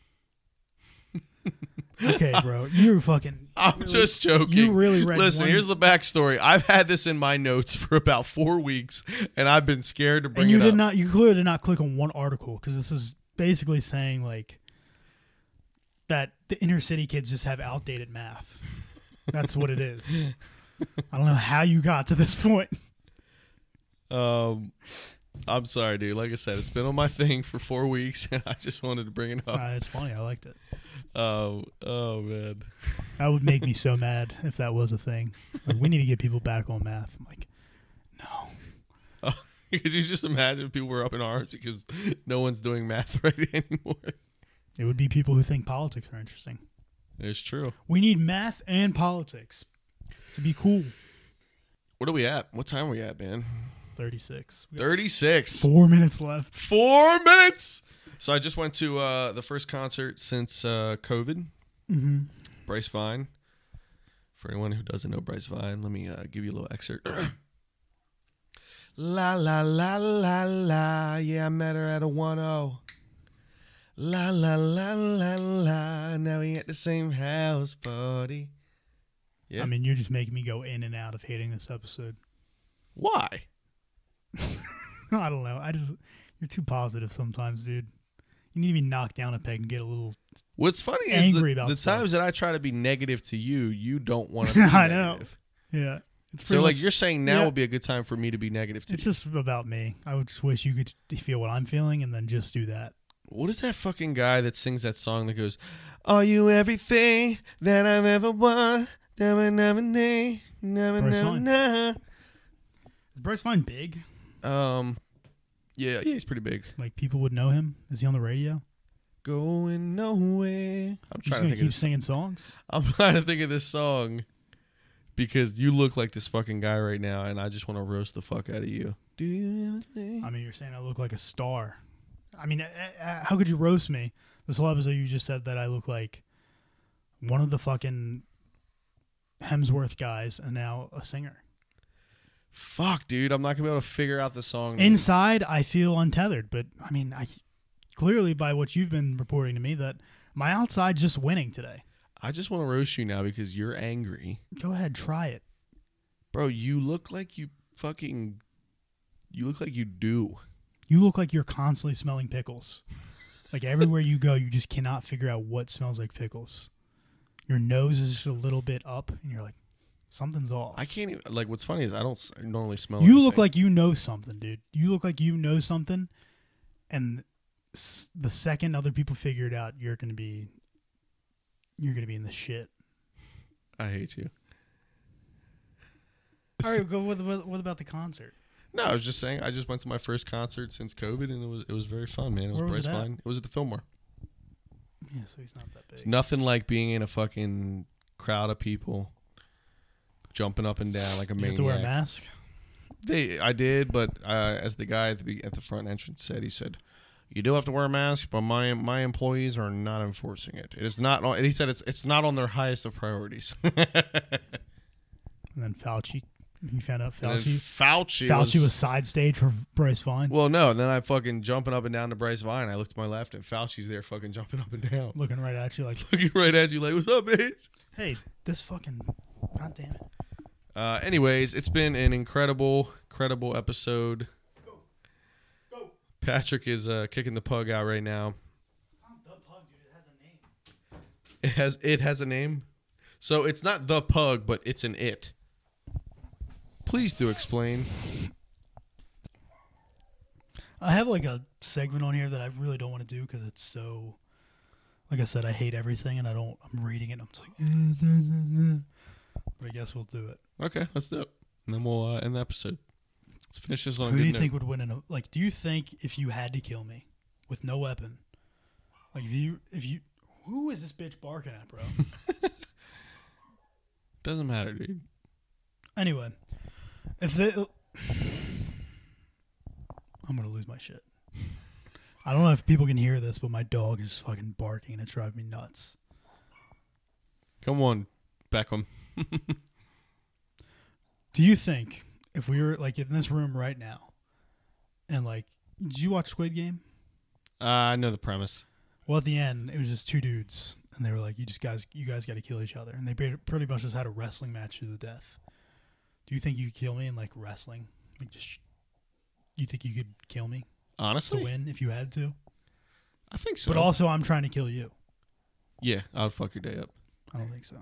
Speaker 2: Okay, bro, you fucking.
Speaker 1: I'm just joking.
Speaker 2: you really read
Speaker 1: Listen,
Speaker 2: one-
Speaker 1: here's the backstory. I've had this in my notes for about four weeks, and I've been scared to bring
Speaker 2: and you
Speaker 1: it
Speaker 2: did
Speaker 1: up.
Speaker 2: not. You clearly did not click on one article because this is basically saying like that the inner city kids just have outdated math. That's what it is. I don't know how you got to this point.
Speaker 1: um, I'm sorry, dude. Like I said, it's been on my thing for four weeks, and I just wanted to bring it up.
Speaker 2: Uh, it's funny. I liked it.
Speaker 1: Oh, oh man.
Speaker 2: That would make me so mad if that was a thing. Like, we need to get people back on math. I'm like,
Speaker 1: Could you just imagine if people were up in arms because no one's doing math right anymore?
Speaker 2: it would be people who think politics are interesting.
Speaker 1: It's true.
Speaker 2: We need math and politics to be cool.
Speaker 1: What are we at? What time are we at, man?
Speaker 2: 36. We got
Speaker 1: 36.
Speaker 2: Four minutes left.
Speaker 1: Four minutes. So I just went to uh, the first concert since uh, COVID.
Speaker 2: Mhm.
Speaker 1: Bryce Vine. For anyone who doesn't know Bryce Vine, let me uh, give you a little excerpt. la la la la la. Yeah, I met her at a 1 0. La la la la la. Now we at the same house party. Yeah.
Speaker 2: I mean, you're just making me go in and out of hating this episode.
Speaker 1: Why?
Speaker 2: I don't know. I just you're too positive sometimes, dude. You need to be knocked down a peg and get a little.
Speaker 1: What's funny is
Speaker 2: Angry
Speaker 1: the,
Speaker 2: about
Speaker 1: the
Speaker 2: stuff.
Speaker 1: times that I try to be negative to you, you don't want to be
Speaker 2: I know.
Speaker 1: negative.
Speaker 2: Yeah, it's
Speaker 1: So
Speaker 2: pretty
Speaker 1: like
Speaker 2: much-
Speaker 1: you're saying now
Speaker 2: yeah.
Speaker 1: would be a good time for me to be negative to
Speaker 2: It's
Speaker 1: you.
Speaker 2: just about me. I would just wish you could feel what I'm feeling and then just do that.
Speaker 1: What is that fucking guy that sings that song that goes, "Are you everything that I've ever wanted? Never, never, never, never,
Speaker 2: Bryce
Speaker 1: never,
Speaker 2: Vaughn.
Speaker 1: never."
Speaker 2: Is Bryce Vine big?
Speaker 1: Um, yeah, yeah, he's pretty big.
Speaker 2: Like people would know him? Is he on the radio?
Speaker 1: Going nowhere. I'm trying
Speaker 2: He's
Speaker 1: to
Speaker 2: gonna
Speaker 1: think of
Speaker 2: keep
Speaker 1: this.
Speaker 2: singing songs.
Speaker 1: I'm trying to think of this song because you look like this fucking guy right now, and I just want to roast the fuck out of you. Do you everything?
Speaker 2: I mean, you're saying I look like a star. I mean, uh, uh, how could you roast me? This whole episode, you just said that I look like one of the fucking Hemsworth guys, and now a singer.
Speaker 1: Fuck, dude, I'm not gonna be able to figure out the song. name.
Speaker 2: Inside, I feel untethered, but I mean, I clearly by what you've been reporting to me that my outside's just winning today.
Speaker 1: I just want to roast you now because you're angry.
Speaker 2: Go ahead, try it.
Speaker 1: Bro, you look like you fucking. You look like you do.
Speaker 2: You look like you're constantly smelling pickles. Like everywhere you go, you just cannot figure out what smells like pickles. Your nose is just a little bit up, and you're like, something's off.
Speaker 1: I can't even. Like, what's funny is I don't s- normally smell.
Speaker 2: you look
Speaker 1: anything.
Speaker 2: like you know something, dude. You look like you know something, and s- the second other people figure it out, you're gonna be, you're gonna be in the shit.
Speaker 1: I hate you.
Speaker 2: All right, go. What, what, what about the concert?
Speaker 1: No, I was just saying. I just went to my first concert since COVID, and it was it was very fun, man. It was
Speaker 2: Where
Speaker 1: Bryce
Speaker 2: was it at?
Speaker 1: Vine. It was at the Fillmore.
Speaker 2: Yeah, so he's not that
Speaker 1: It's
Speaker 2: big.
Speaker 1: nothing like being in a fucking crowd of people, jumping up and down like a
Speaker 2: You have
Speaker 1: maniac.
Speaker 2: to wear a mask.
Speaker 1: They, I did, but uh, as the guy at the be- at the front entrance said, he said, "You do have to wear a mask, but my my employees are not enforcing it. It is not." On, and he said, "It's it's not on their highest of priorities."
Speaker 2: And then Fauci, you found out
Speaker 1: And then
Speaker 2: Fauci.
Speaker 1: Fauci,
Speaker 2: Fauci was, side stage for Bryce Vaughn.
Speaker 1: Well, no. And then I fucking jumping up and down to Bryce Vine. I looked to my left, and Fauci's there, fucking jumping up and down,
Speaker 2: Looking right at you like,
Speaker 1: looking right at you, like, "What's up, bitch?"
Speaker 2: hey, this fucking, god damn it.
Speaker 1: Uh, anyways, it's been an incredible, incredible episode. Patrick is uh, kicking the pug out right now. It has it has a name. So it's not the pug, but it's an it. Please do explain.
Speaker 2: I have like a segment on here that I really don't want to do because it's so, like I said, I hate everything and I don't, I'm reading it and I'm just like, but I guess we'll do it.
Speaker 1: Okay, let's do it. And then we'll uh, end the episode. Let's finish this on a
Speaker 2: Who
Speaker 1: good
Speaker 2: do you
Speaker 1: note.
Speaker 2: think would win in a, like, do you think if you had to kill me with no weapon, like if you, if you, who is this bitch barking at, bro?
Speaker 1: Doesn't matter, dude.
Speaker 2: Anyway, if they, I'm gonna lose my shit. I don't know if people can hear this, but my dog is just fucking barking and it's driving me nuts.
Speaker 1: Come on, Beckham.
Speaker 2: Do you think if we were like in this room right now and like did you watch Squid Game?
Speaker 1: Uh, I know the premise.
Speaker 2: Well, at the end, it was just two dudes, and they were like, "You just guys, you guys got to kill each other." And they pretty pretty much just had a wrestling match to the death. Do you think you could kill me in like wrestling? Like, just you think you could kill me to
Speaker 1: Honestly,
Speaker 2: win if you had to?
Speaker 1: I think so.
Speaker 2: But also, I'm trying to kill you.
Speaker 1: yeah, I would fuck your day up.
Speaker 2: I don't think so.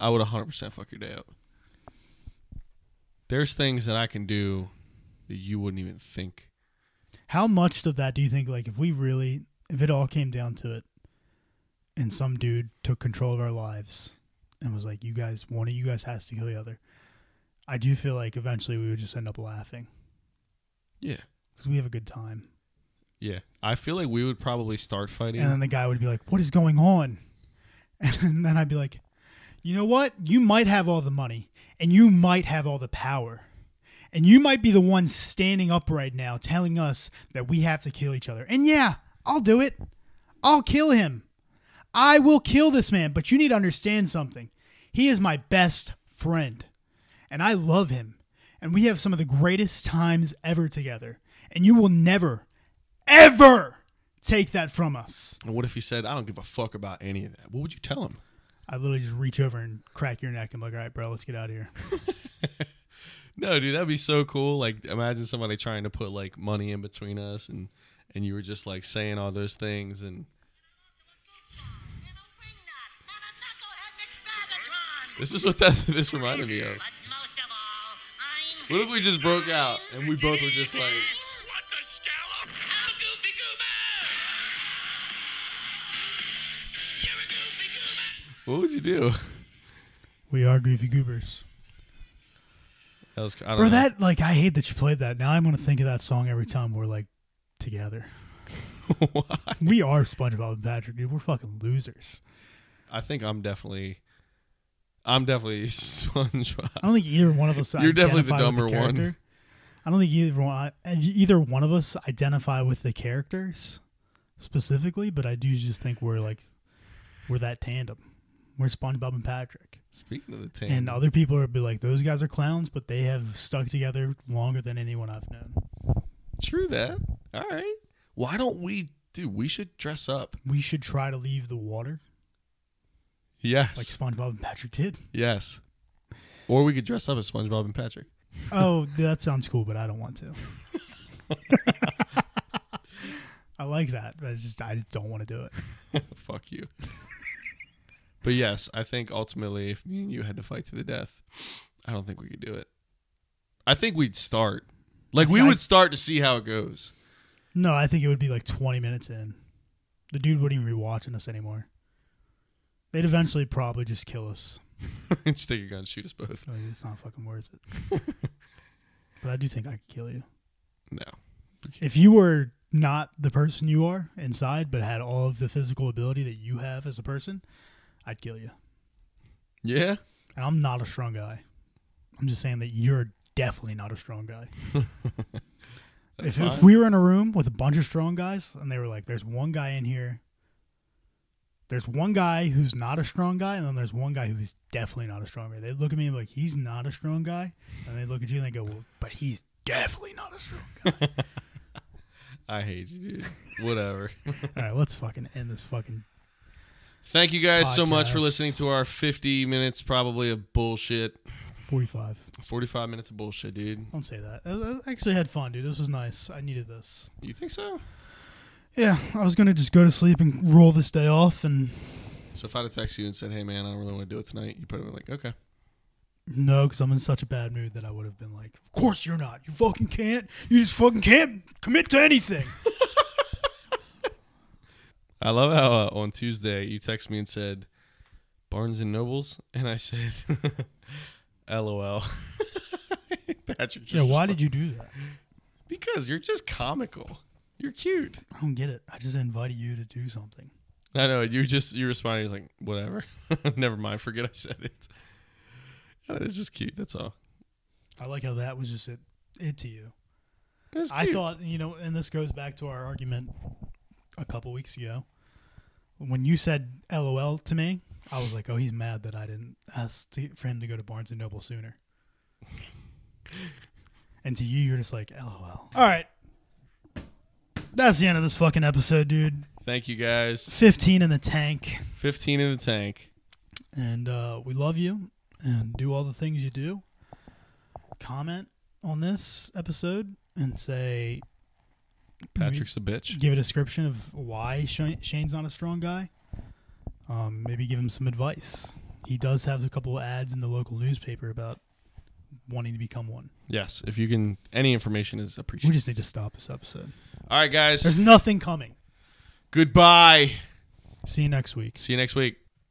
Speaker 1: I would 100% fuck your day up. There's things that I can do that you wouldn't even think.
Speaker 2: How much of that do you think? Like, if we really, if it all came down to it, and some dude took control of our lives and was like, "You guys, one of you guys has to kill the other," I do feel like eventually we would just end up laughing
Speaker 1: Yeah.
Speaker 2: because we have a good time.
Speaker 1: Yeah. I feel like we would probably start fighting.
Speaker 2: And then the guy would be like, What is going on? And then I'd be like, You know what? You might have all the money and you might have all the power. And you might be the one standing up right now telling us that we have to kill each other. And yeah, I'll do it. I'll kill him. I will kill this man. But you need to understand something. He is my best friend. And I love him. And we have some of the greatest times ever together. And you will never, ever take that from us.
Speaker 1: and what if he said, I don't give a fuck about any of that? What would you tell him?
Speaker 2: I literally just reach over and crack your neck. and be like, all right, bro, let's get out of here.
Speaker 1: No, dude, that'd be so cool. Like, imagine somebody trying to put like money in between us, and and you were just like saying all those things, and
Speaker 4: and a wingnut and a knucklehead McSpagatron.
Speaker 1: this is what that this reminded me of.
Speaker 4: But most of all, I'm.
Speaker 1: What if we just broke out and we both were just like,
Speaker 4: What the scallop? I'm Goofy Goober! You're a Goofy Goober!
Speaker 1: what would you do?
Speaker 2: We are goofy goobers.
Speaker 1: That was I don't
Speaker 2: Bro,
Speaker 1: know.
Speaker 2: that, like, I hate that you played that. Now I'm going to think of that song every time we're, like, together. We are SpongeBob and Patrick, dude. We're fucking losers.
Speaker 1: I think I'm definitely, I'm definitely SpongeBob.
Speaker 2: I don't think either one of us.
Speaker 1: You're definitely the
Speaker 2: identify with
Speaker 1: dumber one.
Speaker 2: character. I don't think either one, either one of us identify with the characters specifically, but I do just think we're, like, we're that tandem. We're SpongeBob and Patrick.
Speaker 1: Speaking of the team,
Speaker 2: And uh, other people would be like, those guys are clowns, but they have stuck together longer than anyone I've known.
Speaker 1: true that. All right, why don't we? Dude, we should dress up.
Speaker 2: We should try to leave the water
Speaker 1: Yes,
Speaker 2: like SpongeBob and Patrick did.
Speaker 1: yes. Or we could dress up as SpongeBob and Patrick.
Speaker 2: Oh, that sounds cool, but I don't want to. I like that. but I just I just don't want to do it.
Speaker 1: Fuck you. but yes, I think ultimately, if me and you had to fight to the death, I don't think we could do it. I think we'd start. Like we
Speaker 2: I-
Speaker 1: would start to see how it goes.
Speaker 2: No, I think it would be like 20 minutes in. The dude wouldn't even be watching us anymore. They'd eventually probably just kill us.
Speaker 1: Just take a gun, shoot us both.
Speaker 2: Like, it's not fucking worth it. but I do think I could kill you.
Speaker 1: No.
Speaker 2: if you were not the person you are inside, but had all of the physical ability that you have as a person, I'd kill you.
Speaker 1: Yeah.
Speaker 2: And I'm not a strong guy. I'm just saying that you're definitely not a strong guy.
Speaker 1: That's
Speaker 2: if, if
Speaker 1: fine.
Speaker 2: we were in a room with a bunch of strong guys and they were like, there's one guy in here, there's one guy who's not a strong guy, and then there's one guy who's definitely not a strong guy. They'd look at me and be like, he's not a strong guy. And they look at you and they go, well, but he's definitely not a strong guy.
Speaker 1: I hate you, dude. Whatever.
Speaker 2: all right, let's fucking end this fucking.
Speaker 1: Thank you guys so much for
Speaker 2: Podcast.
Speaker 1: listening to our 50 minutes probably of bullshit.
Speaker 2: 45.
Speaker 1: 45 minutes of bullshit, dude.
Speaker 2: Don't say that. I I actually had fun, dude. This was nice. I needed this.
Speaker 1: You think so?
Speaker 2: Yeah, I was gonna just go to sleep and roll this day off, and
Speaker 1: So if I'd have texted you and said, hey, man, I don't really want to do it tonight, you probably like, okay.
Speaker 2: no, because I'm in such a bad mood that I would have been like, "Of course you're not. You fucking can't. You just fucking can't commit to anything."
Speaker 1: I love how uh, on Tuesday you text me and said Barnes and Nobles, and I said, "LOL." Patrick, just
Speaker 2: yeah, why did you do that?
Speaker 1: Because you're just comical. You're cute.
Speaker 2: I don't get it. I just invited you to do something.
Speaker 1: I know. You just you responded you're like, "Whatever, never mind. Forget I said it." And It's just cute. That's all.
Speaker 2: I like how that was just it, it to you.
Speaker 1: That's
Speaker 2: I
Speaker 1: cute.
Speaker 2: thought, you know, and this goes back to our argument a couple weeks ago. When you said LOL to me, I was like, oh, he's mad that I didn't ask to, for him to go to Barnes and Noble sooner. and to you, you're just like, LOL. All right. That's the end of this fucking episode, dude.
Speaker 1: Thank you guys.
Speaker 2: 15 in the tank.
Speaker 1: Fifteen in the tank.
Speaker 2: And uh, we love you and do all the things you do. Comment on this episode and say,
Speaker 1: Patrick's a bitch.
Speaker 2: give a description of why Shane- Shane's not a strong guy. Um, maybe give him some advice. He does have a couple of ads in the local newspaper about wanting to become one.
Speaker 1: Yes, if you can, any information is
Speaker 2: We
Speaker 1: appreciated.
Speaker 2: just need to stop this episode.
Speaker 1: All right, guys.
Speaker 2: There's nothing coming.
Speaker 1: Goodbye.
Speaker 2: See you next week.
Speaker 1: See you next week.